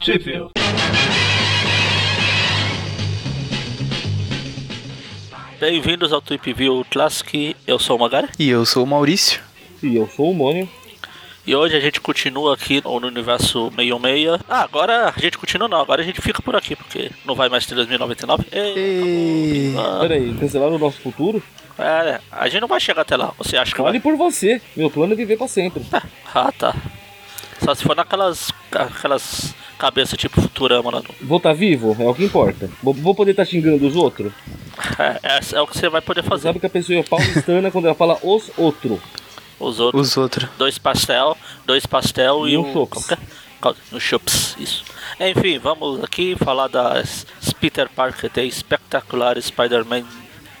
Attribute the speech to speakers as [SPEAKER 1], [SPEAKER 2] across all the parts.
[SPEAKER 1] Sheffield. Bem-vindos ao Trip View Classic, eu sou o Magari.
[SPEAKER 2] E eu sou o Maurício.
[SPEAKER 3] E eu sou o Mônio.
[SPEAKER 1] E hoje a gente continua aqui no universo 66. Ah, agora a gente continua não, agora a gente fica por aqui, porque não vai mais ter 2099.
[SPEAKER 2] E...
[SPEAKER 1] acabou, pimba.
[SPEAKER 3] Peraí, cancelaram o nosso futuro?
[SPEAKER 1] É, a gente não vai chegar até lá, você acha que
[SPEAKER 3] Fale
[SPEAKER 1] vai?
[SPEAKER 3] por você. Meu plano é viver pra sempre.
[SPEAKER 1] Ah, tá. Só se for naquelas aquelas cabeças tipo Futurama lá no...
[SPEAKER 3] Vou estar vivo? É o que importa. Vou, vou poder estar xingando os outros?
[SPEAKER 1] É, é, é o que você vai poder fazer.
[SPEAKER 3] Sabe que a pessoa é paulistana quando ela fala os outros.
[SPEAKER 1] Os outros...
[SPEAKER 2] Os outros.
[SPEAKER 1] dois pastel, dois pastel e,
[SPEAKER 3] E
[SPEAKER 1] um
[SPEAKER 3] um chopp.
[SPEAKER 1] qualquer- qual- Um chups, isso. Enfim, vamos aqui falar das Peter Parker The Espetacular Spider-Man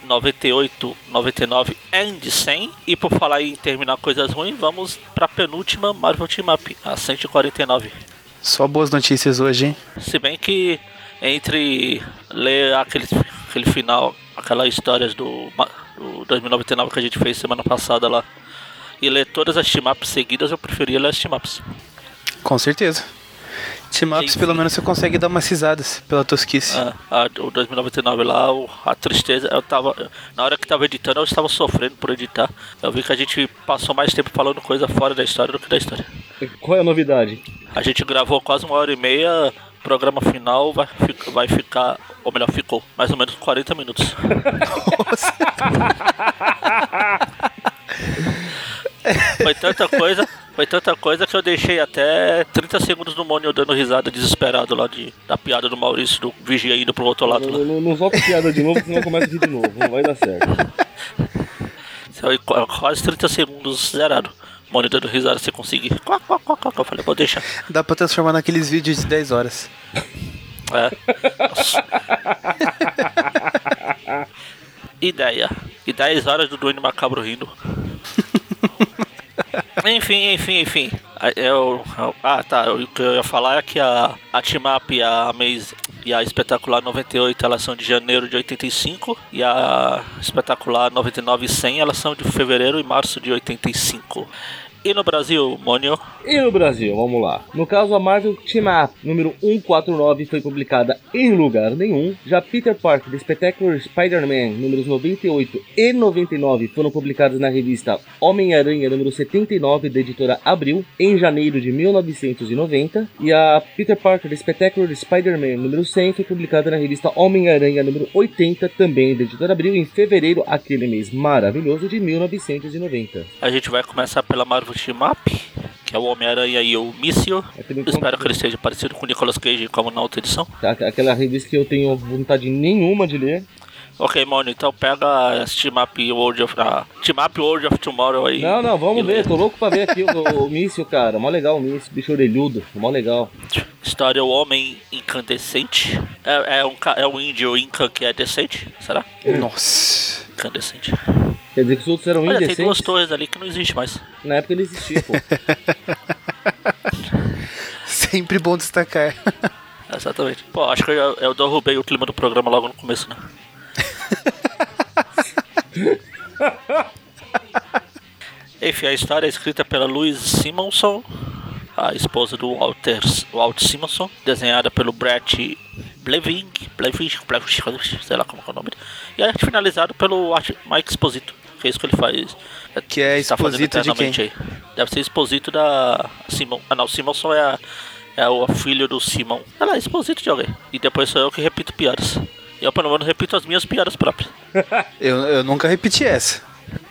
[SPEAKER 1] 98, 99 and 100. E por falar em terminar coisas ruins, vamos pra penúltima Marvel Team Up, a 149.
[SPEAKER 2] Só boas notícias hoje, hein?
[SPEAKER 1] Se bem que entre ler aquele, aquele final, aquelas histórias do, ma- do 2099 que a gente fez semana passada lá, e ler todas as team-ups seguidas, eu preferia ler as team-ups.
[SPEAKER 2] Com certeza. Team ups,
[SPEAKER 1] Enfim.
[SPEAKER 2] pelo menos você consegue dar umas risadas pela tosquice.
[SPEAKER 1] Ah, a- o 2099 lá, o- a tristeza, eu tava. Na hora que tava editando, eu estava sofrendo por editar. Eu vi que a gente passou mais tempo falando coisa fora da história do que da história.
[SPEAKER 3] Qual é a novidade?
[SPEAKER 1] A gente gravou quase uma hora e meia, o programa final vai, fi- vai ficar, ou melhor, ficou, mais ou menos 40 minutos. Ah. foi tanta coisa, foi tanta coisa que eu deixei até 30 segundos no Mônio dando risada desesperado lá de, da piada do Maurício do Vigia indo pro outro lado né? lá.
[SPEAKER 3] Não, não, não solta piada de novo, senão eu começo a rir de novo. Não vai dar certo.
[SPEAKER 1] Foi qu- quase 30 segundos zerado. Mônio dando risada se conseguir. Quá, quá, quá, quá, quá. Eu falei, vou deixar.
[SPEAKER 2] Dá pra transformar naqueles vídeos de 10 horas.
[SPEAKER 1] É. Nossa. Ideia. E 10 horas do Duane Macabro rindo. enfim, enfim, enfim. Ah, Eu, eu- ah, tá. O que eu ia falar é que a, a Timap e a Maze e a Espetacular 98 elas são de janeiro de 85 e a Espetacular 99 e 100 elas são de fevereiro e março de 85. E no Brasil, Mônio,
[SPEAKER 3] E no Brasil, vamos lá. No caso, a Marvel Team Up número 149 foi publicada em lugar nenhum. Já Peter Parker The Spectacular Spider-Man números 98 e 99 foram publicados na revista Homem-Aranha número 79 da editora Abril em janeiro de 1990. E a Peter Parker The Spectacular Spider-Man número 100 foi publicada na revista Homem-Aranha número 80 também da editora Abril em fevereiro, aquele mês maravilhoso de 1990.
[SPEAKER 1] A gente vai começar pela Marvel Team Up, que é o Homem-Aranha e o Míssil.
[SPEAKER 3] É pelo enquanto-
[SPEAKER 1] Espero que ele esteja parecido com o Nicolas Cage, como na outra edição.
[SPEAKER 3] Tá, Aqu- Aquela revista que eu tenho vontade nenhuma de ler.
[SPEAKER 1] Ok, Mônio, então pega as Team Up World of, a Team Up World of Tomorrow aí.
[SPEAKER 3] Não, não,
[SPEAKER 1] E
[SPEAKER 3] vamos
[SPEAKER 1] lê.
[SPEAKER 3] ver. Tô louco pra ver aqui o, o míssil, cara. Mó legal o míssil, bicho orelhudo. Mó legal.
[SPEAKER 1] História O Homem Incandescente. É, é um, ca- é um índio Inca que é decente, será?
[SPEAKER 2] Nossa.
[SPEAKER 1] Incandescente.
[SPEAKER 3] Quer dizer que os outros eram
[SPEAKER 1] Olha, tem duas
[SPEAKER 3] indecentes.
[SPEAKER 1] torres ali que não existe mais.
[SPEAKER 3] Na época ele existia, pô.
[SPEAKER 2] Sempre bom destacar.
[SPEAKER 1] Exatamente. Pô, acho que eu, eu derrubei o clima do programa logo no começo, né? Enfim, a história é escrita pela Louise Simonson, a esposa do Walter, Walt Simonson, desenhada pelo Brett Bleving, Bleving, Bleving, sei lá como é o nome, e é finalizado pelo art- Mike Exposito, que é isso que ele faz.
[SPEAKER 2] Que é
[SPEAKER 1] Tá fazendo
[SPEAKER 2] Exposito de quem?
[SPEAKER 1] eternamente aí. Deve ser Exposito da Simon. Ah, não, Simonson é, a, é o filho do Simon. Ah lá, Exposito de alguém. E depois sou eu que repito piadas. Eu, pelo menos, repito as minhas piadas próprias.
[SPEAKER 2] Eu, eu nunca repeti essa.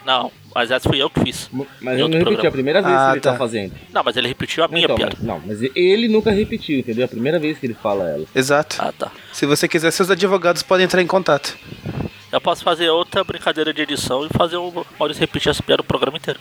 [SPEAKER 1] Não, mas essa fui eu que fiz.
[SPEAKER 3] Mas
[SPEAKER 1] Em
[SPEAKER 3] eu não
[SPEAKER 1] outro
[SPEAKER 3] repeti, é a
[SPEAKER 1] programa.
[SPEAKER 3] primeira vez
[SPEAKER 2] Ah,
[SPEAKER 3] que ele tá,
[SPEAKER 2] tá.
[SPEAKER 3] fazendo.
[SPEAKER 1] Não, mas ele repetiu a minha
[SPEAKER 3] Então,
[SPEAKER 1] piada.
[SPEAKER 3] mas- não, mas ele nunca repetiu, entendeu? É a primeira vez que ele fala ela.
[SPEAKER 2] Exato.
[SPEAKER 1] Ah, tá.
[SPEAKER 2] Se você quiser, seus advogados podem entrar em contato.
[SPEAKER 1] Eu posso fazer outra brincadeira de edição e fazer o Maurício repetir essa piada o programa inteiro.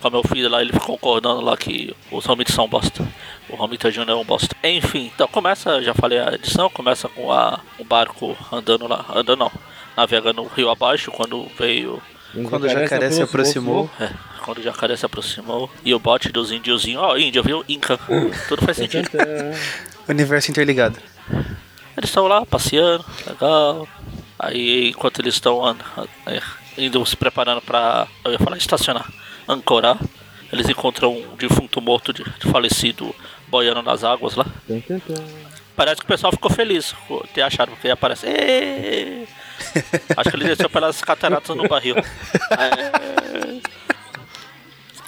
[SPEAKER 1] Como eu fiz lá, ele ficou concordando lá que os homens são bosta. O Hamilton Jr. é um bosta. Enfim, então começa, já falei a edição, começa com a, o barco andando lá, andando não, navegando o rio abaixo quando veio
[SPEAKER 2] Quando o jacaré se aproximou.
[SPEAKER 1] é, quando o jacaré se aproximou e o bote dos índiozinhos. Ó, índio, viu? Inca. Tudo faz sentido.
[SPEAKER 2] Universo interligado.
[SPEAKER 1] Eles estão lá passeando, legal. Aí enquanto eles estão an- an- é, indo se preparando pra. Eu ia falar estacionar, ancorar, eles encontram um defunto morto, de, de falecido boiando nas águas lá.
[SPEAKER 3] Tum, tum, tum.
[SPEAKER 1] Parece que o pessoal ficou feliz com ter achado, porque ia aparecer. "Ê!" Acho que ele desceu pelas cataratas no barril. Aí-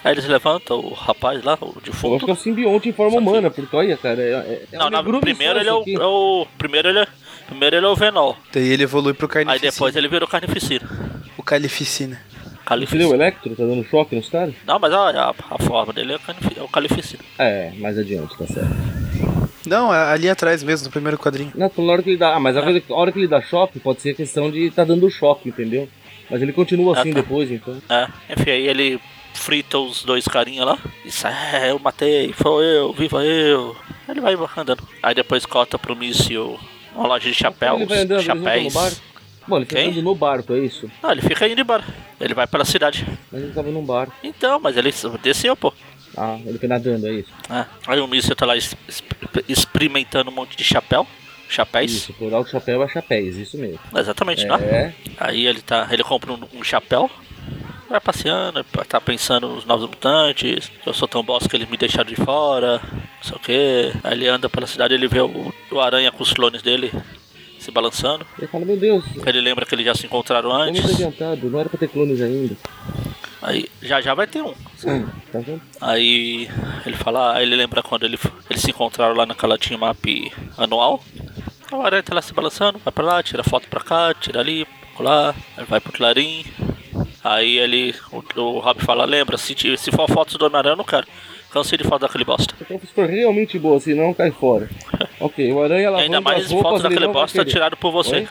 [SPEAKER 1] Aí eles levantam o rapaz lá, o
[SPEAKER 3] Eu acho
[SPEAKER 1] defunto.
[SPEAKER 3] que é um simbionte em forma humana, porque olha, cara. É, é, é
[SPEAKER 1] Não,
[SPEAKER 3] uma
[SPEAKER 1] na,
[SPEAKER 3] negrura
[SPEAKER 1] primeiro
[SPEAKER 3] só assim,
[SPEAKER 1] ele é o,
[SPEAKER 3] isso
[SPEAKER 1] é o- Primeiro ele é. Primeiro ele é o Venol.
[SPEAKER 2] Daí ele evolui pro
[SPEAKER 1] Aí
[SPEAKER 2] carnificina.
[SPEAKER 1] depois ele vira o carnificina.
[SPEAKER 2] O calificina.
[SPEAKER 3] aqui. Entendeu? O
[SPEAKER 1] Calificina.
[SPEAKER 3] Electro tá dando choque nos caras?
[SPEAKER 1] Não, mas a, a, a forma dele é o, carnifi- é o calificina.
[SPEAKER 3] É, mais adiante, tá certo.
[SPEAKER 2] Não, é ali atrás mesmo, no primeiro quadrinho.
[SPEAKER 3] Não, tô na hora que ele dá. Ah, mas
[SPEAKER 1] Tá.
[SPEAKER 3] a coisa- a hora que ele dá choque, pode ser questão de tá dando choque, entendeu? Mas ele continua
[SPEAKER 1] Ah,
[SPEAKER 3] assim
[SPEAKER 1] tá.
[SPEAKER 3] depois, então.
[SPEAKER 1] É, enfim, aí ele frita os dois carinha lá. E sai, "É, eu matei, foi eu, viva eu. Aí ele vai andando. Aí depois corta pro míssil uma loja de chapéus.
[SPEAKER 3] ele vai andando, eles vão no
[SPEAKER 1] chapéus.
[SPEAKER 3] barco. Bom, ele fica
[SPEAKER 1] Quem?
[SPEAKER 3] andando no barco, é isso?
[SPEAKER 1] Não, ele fica indo embora. Ele vai pela cidade.
[SPEAKER 3] Mas ele tava num barco.
[SPEAKER 1] Então, mas ele desceu, pô.
[SPEAKER 3] Ah, ele foi nadando, é isso?
[SPEAKER 1] É. Aí o míssil tá lá es- es- experimentando um monte de chapéu. Chapéus.
[SPEAKER 3] Isso, plural de chapéu é chapéus, isso mesmo.
[SPEAKER 1] Exatamente, né?
[SPEAKER 3] É.
[SPEAKER 1] Aí ele tá. Ele compra um, um chapéu, vai passeando, tá pensando nos novos mutantes, eu sou tão boss que eles me deixaram de fora, não sei o que. Aí ele anda pela cidade ele vê o, o aranha com os clones dele se balançando.
[SPEAKER 3] Ele fala, meu Deus,
[SPEAKER 1] Ele lembra que eles já se encontraram
[SPEAKER 3] tô muito
[SPEAKER 1] antes.
[SPEAKER 3] adiantado, não era pra ter clones ainda.
[SPEAKER 1] Aí já já vai ter um.
[SPEAKER 3] Tá vendo?
[SPEAKER 1] Aí ele fala, aí ele lembra quando ele, eles se encontraram lá naquela team map anual. O aranha tá lá se balançando, vai pra lá, tira foto pra cá, tira ali, pra lá, aí vai pro clarim. Aí ele, o, o Rob fala, lembra, se, ti- se for foto do Homem-Aranha eu não quero. Cansei de foto daquele bosta.
[SPEAKER 3] Então se for realmente boa, se não cai fora. ok, o aranha lavando
[SPEAKER 1] Ainda mais
[SPEAKER 3] as roupas,
[SPEAKER 1] fotos
[SPEAKER 3] ele
[SPEAKER 1] daquele
[SPEAKER 3] não vai
[SPEAKER 1] bosta
[SPEAKER 3] querer.
[SPEAKER 1] tirado por você.
[SPEAKER 3] Oi?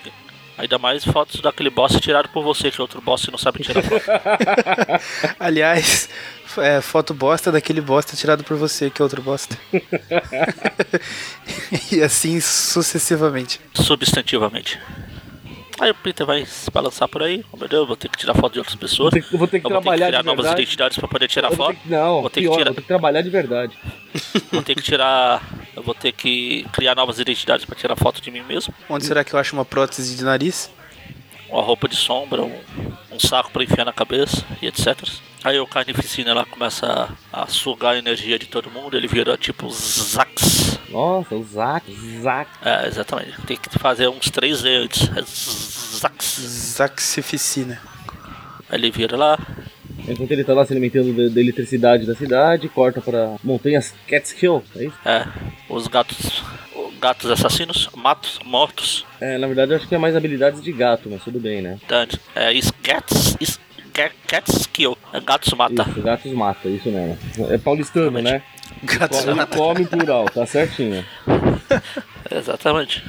[SPEAKER 1] Ainda mais fotos daquele bosta tirado por você, que outro bosta não sabe tirar foto.
[SPEAKER 2] Aliás, f- é, foto bosta daquele bosta tirado por você, que é outro bosta. e assim sucessivamente.
[SPEAKER 1] substantivamente. Aí o Peter vai se balançar por aí. Oh, meu Deus, vou ter que tirar foto de outras pessoas.
[SPEAKER 3] Vou ter que- vou ter que
[SPEAKER 1] Eu
[SPEAKER 3] trabalhar
[SPEAKER 1] criar
[SPEAKER 3] de
[SPEAKER 1] novas
[SPEAKER 3] verdade.
[SPEAKER 1] identidades para poder tirar
[SPEAKER 3] Eu vou
[SPEAKER 1] foto.
[SPEAKER 3] ter que- Não,
[SPEAKER 1] vou ter
[SPEAKER 3] pior,
[SPEAKER 1] que tirar,
[SPEAKER 3] vou ter que trabalhar de verdade.
[SPEAKER 1] vou ter que tirar, eu vou ter que criar novas identidades para tirar foto de mim mesmo.
[SPEAKER 2] Onde será que eu acho uma prótese de nariz?
[SPEAKER 1] Uma roupa de sombra, um, um saco para enfiar na cabeça e etc. Aí o carnificina lá começa a, a sugar a energia de todo mundo. Ele vira tipo Zax.
[SPEAKER 3] Nossa, o Zac, Zac.
[SPEAKER 1] É, exatamente. Tem que fazer uns três E antes. É Zax.
[SPEAKER 2] Zaxificina.
[SPEAKER 1] Aí ele vira lá,
[SPEAKER 3] Enquanto ele tá lá se alimentando da, da eletricidade da cidade, corta pra montanhas Catskill, é isso?
[SPEAKER 1] É, os gatos. Gatos assassinos, matos, mortos,
[SPEAKER 3] É, na verdade eu acho que é mais habilidades de gato, mas tudo bem, né?
[SPEAKER 1] tanto. É, is- cats, is- ga- cats kill. É, gatos mata.
[SPEAKER 3] Isso, gatos mata, isso mesmo. É paulistano, né?
[SPEAKER 2] Gato
[SPEAKER 3] Ele come em plural, tá certinho.
[SPEAKER 1] Exatamente.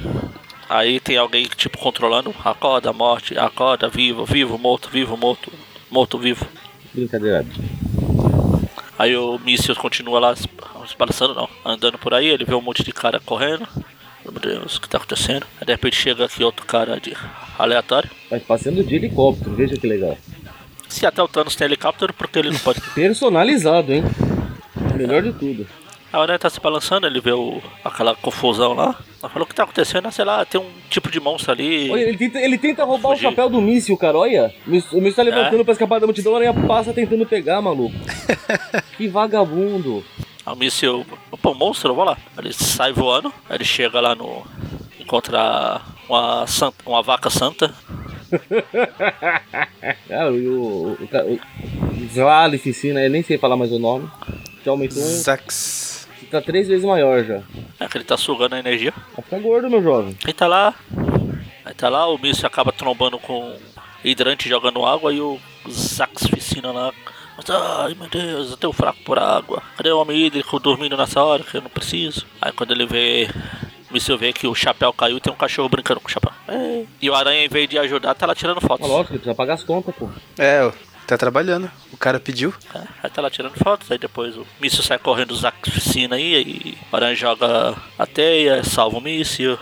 [SPEAKER 1] Aí tem alguém, tipo, controlando. Acorda, morte, acorda, vivo, vivo, morto, vivo, morto, morto, vivo.
[SPEAKER 3] Brincadeira.
[SPEAKER 1] Aí o míssil continua lá se se balançando, não, andando por aí, ele vê um monte de cara correndo. Meu Deus, o que tá acontecendo? Aí de repente chega aqui outro cara de aleatório.
[SPEAKER 3] Mas passeando de helicóptero, veja que legal.
[SPEAKER 1] Se até o Thanos tem helicóptero, porque ele não pode
[SPEAKER 3] Personalizado, hein? Melhor de tudo.
[SPEAKER 1] A hora tá se balançando, ele vê o- aquela confusão lá. Ela falou o que tá acontecendo, Ah, sei lá, tem um tipo de monstro ali.
[SPEAKER 3] Olha, ele tenta, ele tenta roubar
[SPEAKER 1] Fugir.
[SPEAKER 3] o chapéu do míssil, cara, olha. O míssil o míssil tá levantando pra escapar da multidão, a aranha passa tentando pegar, maluco. que vagabundo.
[SPEAKER 1] Aí o míssil, opa, um monstro, vou lá. Ele sai voando, aí ele chega lá no. encontra uma, santa- uma vaca santa.
[SPEAKER 3] Cara, e o. o, ca- o, o Zlalificina, eu né, nem sei falar mais o nome. Já aumentou um.
[SPEAKER 2] Zax.
[SPEAKER 3] Tá três vezes maior já.
[SPEAKER 1] É que ele tá sugando a energia.
[SPEAKER 3] Vai ficar gordo, meu jovem.
[SPEAKER 1] Aí tá lá. Aí tá lá, o míssil acaba trombando com hidrante jogando água e o Zax piscina lá. Mas, Ai meu Deus, eu tenho fraco por água. Cadê o homem hídrico dormindo nessa hora que eu não preciso? Aí quando ele vê. O míssil vê que o chapéu caiu e tem um cachorro brincando com o chapéu. É. E o aranha, em vez de ajudar, tá lá tirando
[SPEAKER 3] Mas
[SPEAKER 1] fotos.
[SPEAKER 3] lógico, ele precisa pagar as contas, pô.
[SPEAKER 2] É, ó, tá trabalhando. O cara pediu.
[SPEAKER 1] É, aí tá lá tirando fotos, aí depois o míssil sai correndo do Zax piscina aí, aí o aranha joga a teia, salva o míssil, o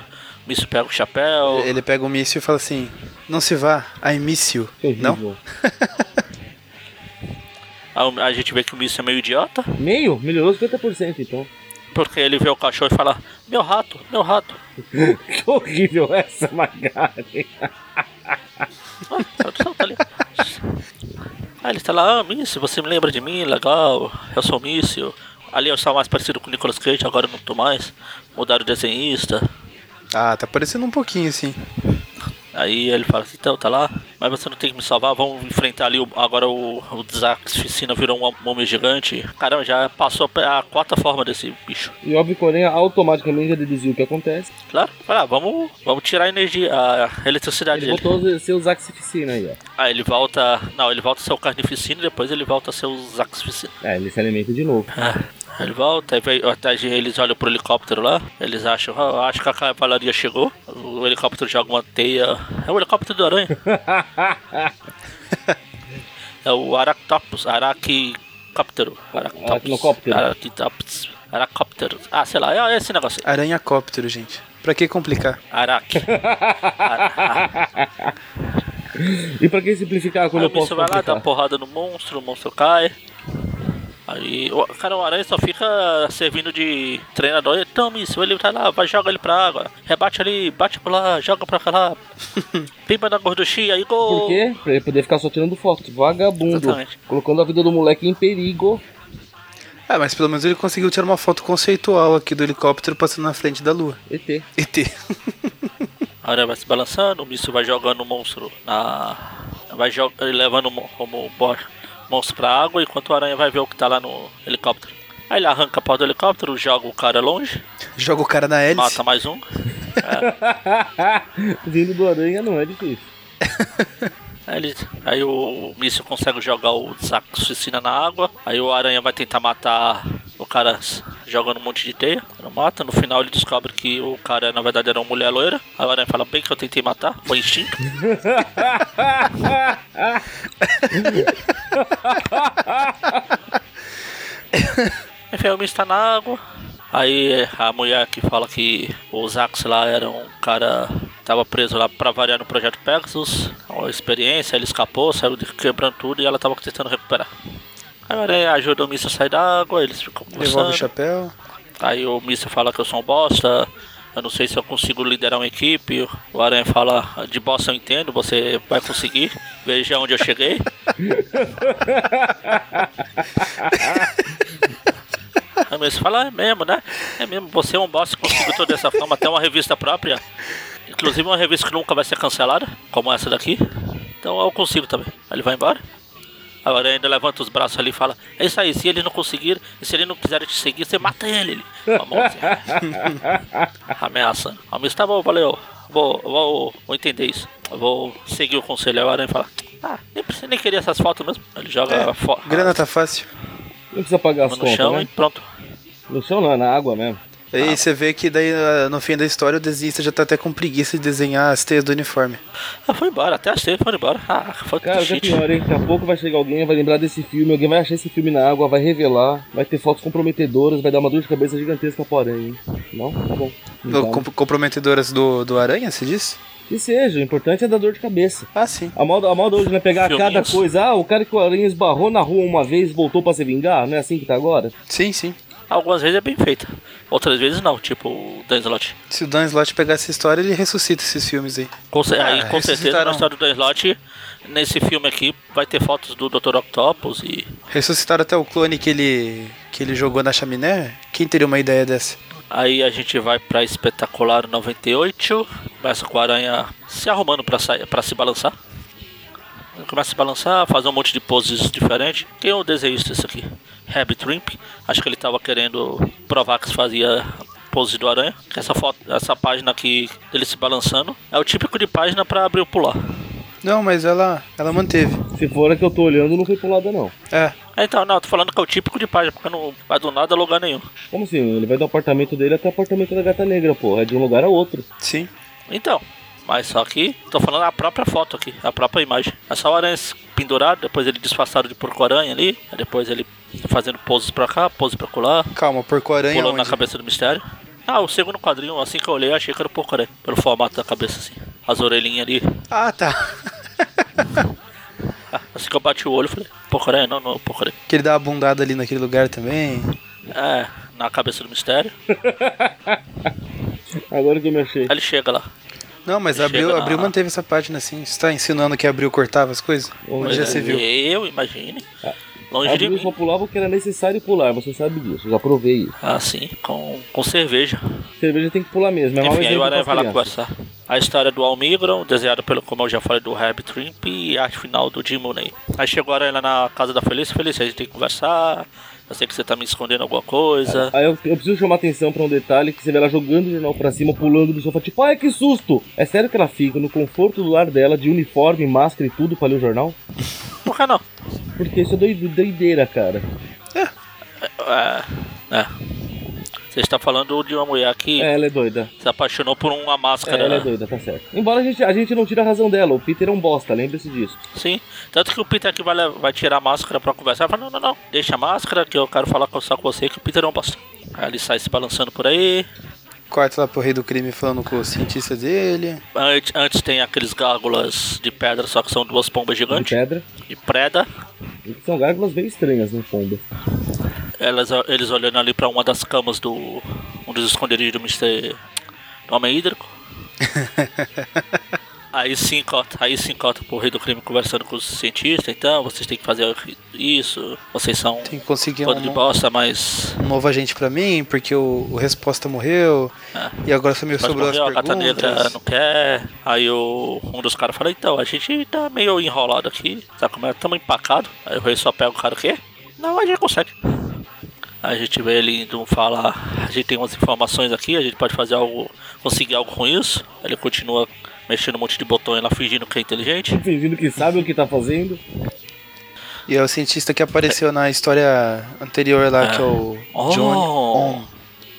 [SPEAKER 1] míssil pega o chapéu.
[SPEAKER 2] Ele pega o míssil e fala assim: Não se vá, I miss you.
[SPEAKER 3] Que horrível.
[SPEAKER 2] Não?
[SPEAKER 1] Aí o- a gente vê que o míssil é meio idiota.
[SPEAKER 3] Meio? Melhorou 50% então.
[SPEAKER 1] Porque ele vê o cachorro e fala, meu rato, meu rato.
[SPEAKER 3] que horrível essa, Magari.
[SPEAKER 1] Ah, tradução tá ali. "Ah, Aí ele está lá, ah, Míssil, você me lembra de mim, legal, eu sou o Míssil. Ali eu estava mais parecido com o Nicolas Cage, agora eu não tô mais. Mudaram o desenhista.
[SPEAKER 2] Ah, tá parecendo um pouquinho assim.
[SPEAKER 1] Aí ele fala assim, então tá lá, mas você não tem que me salvar, vamos enfrentar ali o, agora o, o Desaxficina virou um homem gigante. Caramba, já passou a quarta forma desse bicho.
[SPEAKER 3] E óbvio que o Aranha automaticamente já deduziu o que acontece.
[SPEAKER 1] Claro, fala, ah, vamos, vamos tirar a energia, a eletricidade
[SPEAKER 3] Ele
[SPEAKER 1] dele.
[SPEAKER 3] botou os- seus Zaxificina aí, ó.
[SPEAKER 1] Ah, ele volta. Não, ele volta a ser o carnificina e depois ele volta a ser o Zaxficina.
[SPEAKER 3] É, ele se alimenta de novo.
[SPEAKER 1] Ah, ele volta, aí vem- até de- eles olham pro helicóptero lá, eles acham, ah, acho que a cavalaria chegou, o helicóptero joga uma teia. É o helicóptero do aranha. É o Aractopus, Aracicóptero.
[SPEAKER 3] Aracnocóptero.
[SPEAKER 1] Aractopus. Aracóptero. Ah, sei lá, é esse negócio. aí.
[SPEAKER 2] Aranha-cóptero, gente. Pra que complicar?
[SPEAKER 1] Araque.
[SPEAKER 3] E pra que simplificar quando eu
[SPEAKER 1] Aí o Ah, bicho
[SPEAKER 3] posso
[SPEAKER 1] vai lá, tá, dá
[SPEAKER 3] complicar?
[SPEAKER 1] uma porrada no monstro, o monstro cai. Aí, o- cara, o aranha só fica servindo de treinador. Então, isso, ele vai lá, vai, joga ele pra água. Rebate ali, bate por lá, joga pra cá lá. Pimba na gorduchinha, aí gol.
[SPEAKER 3] Por quê? Pra ele poder ficar só tirando foto. Vagabundo.
[SPEAKER 1] Exatamente.
[SPEAKER 3] Colocando a vida do moleque em perigo.
[SPEAKER 2] Ah, mas pelo menos ele conseguiu tirar uma foto conceitual aqui do helicóptero passando na frente da lua.
[SPEAKER 3] ET.
[SPEAKER 2] ET.
[SPEAKER 1] A aranha vai se balançando, o míssil vai jogando o monstro na. Vai jo- levando o mon- como bo- monstro pra água, enquanto o aranha vai ver o que tá lá no helicóptero. Aí ele arranca a porta do helicóptero, joga o cara longe,
[SPEAKER 2] Joga o cara na hélice.
[SPEAKER 1] mata mais um.
[SPEAKER 3] Vindo do aranha não é difícil.
[SPEAKER 1] Aí, ele- aí o míssil consegue jogar o saco suicida na água. Aí o aranha vai tentar matar o cara s- jogando um monte de teia. Não mata. No final ele descobre que o cara na verdade era uma mulher loira. Aí o aranha fala: Bem que eu tentei matar, foi instinto. Enfim, o míssil tá na água. Aí a mulher que fala que o Zax lá era um cara. Tava preso lá pra variar no projeto Pegasus, uma experiência, ele escapou, saiu de- quebrando tudo e ela tava tentando recuperar. Aí o aranha ajuda o míssil a sair da água, eles ficam
[SPEAKER 2] Devolve o
[SPEAKER 1] conversando.
[SPEAKER 2] chapéu.
[SPEAKER 1] Aí o Míssil fala que eu sou um bosta, eu não sei se eu consigo liderar uma equipe. O Aranha fala, de bosta eu entendo, você vai conseguir, veja onde eu cheguei. Aí o Míssil fala, "Ah, é mesmo, né? É mesmo, você é um bosta, conseguiu toda essa fama, até uma revista própria. Inclusive uma revista que nunca vai ser cancelada, como essa daqui. Então eu consigo também. Aí ele vai embora. Agora ainda levanta os braços ali e fala: É isso aí, se ele não conseguir, e se ele não quiser te seguir, você mata ele. ele. Com a mão assim, Ameaçando. A tá bom, valeu. Vou, vou, vou entender isso. Eu Vou seguir o conselho agora e fala: Ah, nem precisa nem querer essas fotos mesmo. Ele joga a fo-
[SPEAKER 2] Grana tá fácil.
[SPEAKER 3] Não precisa pagar
[SPEAKER 1] a-
[SPEAKER 3] as
[SPEAKER 1] no
[SPEAKER 3] É, contas,
[SPEAKER 1] chão
[SPEAKER 3] né?
[SPEAKER 1] e pronto.
[SPEAKER 3] No chão não, é na água mesmo.
[SPEAKER 2] E aí você vê que daí ah, no fim da história o desenhista já tá até com preguiça de desenhar as teias do uniforme.
[SPEAKER 1] Ah, foi embora, até achei, foi embora. Ah, foi
[SPEAKER 3] Cara,
[SPEAKER 1] que
[SPEAKER 3] que é
[SPEAKER 1] shit.
[SPEAKER 3] pior, hein? Daqui a pouco vai chegar alguém, vai lembrar desse filme, alguém vai achar esse filme na água, vai revelar, vai ter fotos comprometedoras, vai dar uma dor de cabeça gigantesca pro aranha, hein? Não? Tá bom. Então,
[SPEAKER 2] Com- comprometedoras do, do Aranha, se diz?
[SPEAKER 3] Que seja, o importante é dar dor de cabeça.
[SPEAKER 2] Ah, sim.
[SPEAKER 3] A moda, a moda hoje, né? Pegar
[SPEAKER 1] Filminhos.
[SPEAKER 3] cada coisa. Ah, o cara que o aranha esbarrou na rua uma vez voltou pra se vingar, não é assim que tá agora?
[SPEAKER 2] Sim, sim.
[SPEAKER 1] Algumas vezes é bem feita, outras vezes não, tipo o Dan Slott.
[SPEAKER 2] Se o Dan Slott pegar essa história, ele ressuscita esses filmes aí.
[SPEAKER 1] Com,
[SPEAKER 3] Ah,
[SPEAKER 1] cer- aí, com certeza,
[SPEAKER 2] ressuscitaram.
[SPEAKER 1] na história do Dan Slott, nesse filme aqui, vai ter fotos do Dr. Octopus e
[SPEAKER 2] Ressuscitaram até o clone que ele, que ele jogou na chaminé. Quem teria uma ideia dessa?
[SPEAKER 1] Aí a gente vai pra espetacular 98. Começa com a aranha se arrumando pra, sair, pra se balançar. Ele Começa a se balançar, fazer um monte de poses diferentes. Quem é o desenhista esse aqui? Rabbit Trimp. Acho que ele tava querendo provar que fazia pose do aranha. Que Essa, foto, essa página aqui dele se balançando é o típico de página pra abrir o pular.
[SPEAKER 2] Não, mas ela, ela manteve.
[SPEAKER 3] Se for a que eu tô olhando, não foi pulada, não.
[SPEAKER 2] É,
[SPEAKER 1] Ah, Então, não, eu tô falando que é o típico de página, porque não vai do nada a lugar nenhum.
[SPEAKER 3] Como assim? Ele vai do apartamento dele até o apartamento da gata negra, pô. É de um lugar a outro.
[SPEAKER 2] sim.
[SPEAKER 1] Então, mas só que tô falando a própria foto aqui, a própria imagem. É só o aranha pendurado, depois ele disfarçado de porco-aranha ali, aí depois ele fazendo poses pra cá, pose pra colar,
[SPEAKER 2] Calma, porco-aranha
[SPEAKER 1] pulando na
[SPEAKER 2] onde?
[SPEAKER 1] cabeça do mistério. Ah, o segundo quadrinho, assim que eu olhei, achei que era o porco-aranha, pelo formato da cabeça assim, as orelhinhas ali.
[SPEAKER 2] Ah, tá.
[SPEAKER 1] Ah, assim que eu bati o olho, eu falei, porco-aranha? Não, não, é o porco-aranha.
[SPEAKER 2] que ele dá uma bundada ali naquele lugar também.
[SPEAKER 1] É, na cabeça do mistério.
[SPEAKER 3] Agora que eu me achei.
[SPEAKER 1] Aí ele chega lá.
[SPEAKER 2] Não, mas
[SPEAKER 1] Chega
[SPEAKER 2] abriu,
[SPEAKER 1] na-
[SPEAKER 2] abriu manteve né? essa página assim. Você tá ensinando que abriu cortava as coisas? Onde já
[SPEAKER 1] Pois é,
[SPEAKER 2] se viu?
[SPEAKER 1] Eu, imagine. Longe de
[SPEAKER 3] Adriano
[SPEAKER 1] mim.
[SPEAKER 3] só pulava o que era necessário pular, você sabe disso, eu já provei isso.
[SPEAKER 1] Assim, com, com cerveja.
[SPEAKER 3] Cerveja tem que pular mesmo, é mau
[SPEAKER 1] Enfim, aí o
[SPEAKER 3] exemplo
[SPEAKER 1] Aranha vai
[SPEAKER 3] pras
[SPEAKER 1] lá
[SPEAKER 3] crianças.
[SPEAKER 1] conversar. A história do Almigron, desenhada pelo, como eu já falei, do Herb Trimp e a arte final do Jim Mooney. Aí chegou a Aranha lá na casa da Feliz, Feliz, a gente tem que conversar. Eu sei que você tá me escondendo alguma coisa.
[SPEAKER 3] Aí eu, eu preciso chamar atenção pra um detalhe que você vê ela jogando o jornal pra cima, pulando do sofá, tipo, ai que susto! É sério que ela fica no conforto do lar dela, de uniforme, máscara e tudo, pra ler o jornal?
[SPEAKER 1] Por que não?
[SPEAKER 3] Porque isso é doi- doideira, cara.
[SPEAKER 1] É. é. Você está falando de uma mulher que
[SPEAKER 3] É, ela é doida.
[SPEAKER 1] se apaixonou por uma
[SPEAKER 3] É,
[SPEAKER 1] máscara.
[SPEAKER 3] ela é
[SPEAKER 1] né?
[SPEAKER 3] doida, tá certo. Embora a gente, a gente não tire a razão dela, o Peter é um bosta, lembre-se disso.
[SPEAKER 1] Sim. Tanto que o Peter aqui vai, le- vai tirar a máscara pra conversar. Fala, não, não, não. Deixa a máscara que eu quero falar com- só com você que o Peter não bosta. Aí ele sai se balançando por aí.
[SPEAKER 2] Corta lá pro rei do crime falando com o cientista dele.
[SPEAKER 1] Antes, antes tem aqueles gárgulas de pedra, só que são duas pombas
[SPEAKER 3] De
[SPEAKER 1] gigantes.
[SPEAKER 3] pedra.
[SPEAKER 1] E preda.
[SPEAKER 3] E que São gárgulas bem estranhas, né, pomba?
[SPEAKER 1] Elas, eles olhando ali pra uma das camas do. Um dos esconderijos do Mr. do Homem Hídrico. Aí sim, cota, aí sim, cota pro rei do crime conversando com os cientistas. Então, vocês têm que fazer isso. Vocês são
[SPEAKER 2] Tem que conseguir
[SPEAKER 1] bando de
[SPEAKER 2] um,
[SPEAKER 1] bosta, mas
[SPEAKER 2] um novo agente pra mim, porque o, o Resposta morreu.
[SPEAKER 1] Ah.
[SPEAKER 2] E agora só me
[SPEAKER 1] Mas
[SPEAKER 2] sobrou
[SPEAKER 1] morreu, a
[SPEAKER 2] as
[SPEAKER 1] gata negra ah,
[SPEAKER 2] perguntas.
[SPEAKER 1] não quer. Aí o, um dos caras fala, então, a gente tá meio enrolado aqui, tá como é? Tamo empacado. Aí o rei só pega o cara o quê? Não, a gente consegue. Aí a gente vê ele indo falar, a gente tem umas informações aqui, a gente pode fazer algo, conseguir algo com isso. Aí Ele continua mexendo um monte de botões lá, fingindo que é inteligente.
[SPEAKER 3] Fingindo que sabe o que tá fazendo.
[SPEAKER 2] E é o cientista que apareceu na história anterior lá,
[SPEAKER 1] Ah.
[SPEAKER 2] que é o
[SPEAKER 1] Oh.
[SPEAKER 2] John On.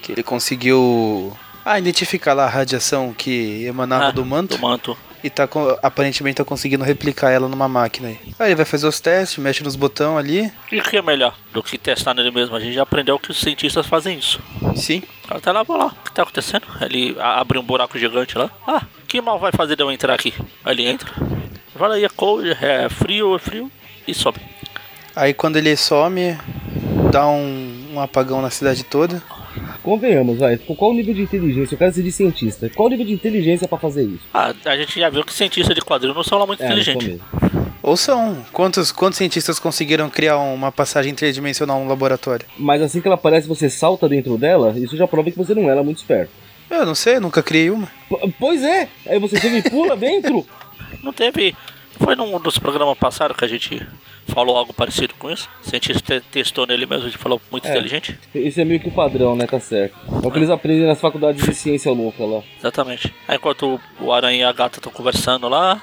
[SPEAKER 2] Que ele conseguiu... Ah, identificar lá a radiação que emanava
[SPEAKER 1] Ah,
[SPEAKER 2] do manto.
[SPEAKER 1] Do manto.
[SPEAKER 2] E tá co- aparentemente tá conseguindo replicar ela numa máquina aí. Aí ele vai fazer os testes, mexe nos botões ali.
[SPEAKER 1] E o que é melhor do que testar nele mesmo? A gente já aprendeu que os cientistas fazem isso.
[SPEAKER 2] Sim.
[SPEAKER 1] Ela tá lá, vou lá. O que tá acontecendo? Ele a- abre um buraco gigante lá. Ah, que mal vai fazer de eu entrar aqui? Aí ele entra. Fala aí, é cold, é frio, é frio. E sobe.
[SPEAKER 2] Aí quando ele some, dá um, um apagão na cidade toda.
[SPEAKER 3] Convenhamos, vai. com Qual o nível de inteligência? Eu quero ser de cientista. Qual o nível de inteligência pra fazer isso?
[SPEAKER 1] Ah, a gente já viu que cientistas de quadril não são lá muito
[SPEAKER 3] É, não sou
[SPEAKER 1] inteligentes.
[SPEAKER 3] mesmo.
[SPEAKER 2] Ou são? Quantos, quantos cientistas conseguiram criar uma passagem tridimensional no laboratório?
[SPEAKER 3] Mas assim que ela aparece, você salta dentro dela, isso já prova que você não era muito esperto.
[SPEAKER 2] Eu não sei, eu nunca criei uma.
[SPEAKER 3] P- pois é! Aí você chega e pula dentro!
[SPEAKER 1] Não teve. Foi num dos programas passados que a gente falou algo parecido com isso. O cientista te- testou nele mesmo, a gente falou muito inteligente.
[SPEAKER 3] Isso é meio que o padrão, né? Tá certo. É o que eles aprendem nas faculdades de ciência louca lá.
[SPEAKER 1] Exatamente. Aí enquanto o- o Aranha e a Gata estão conversando lá,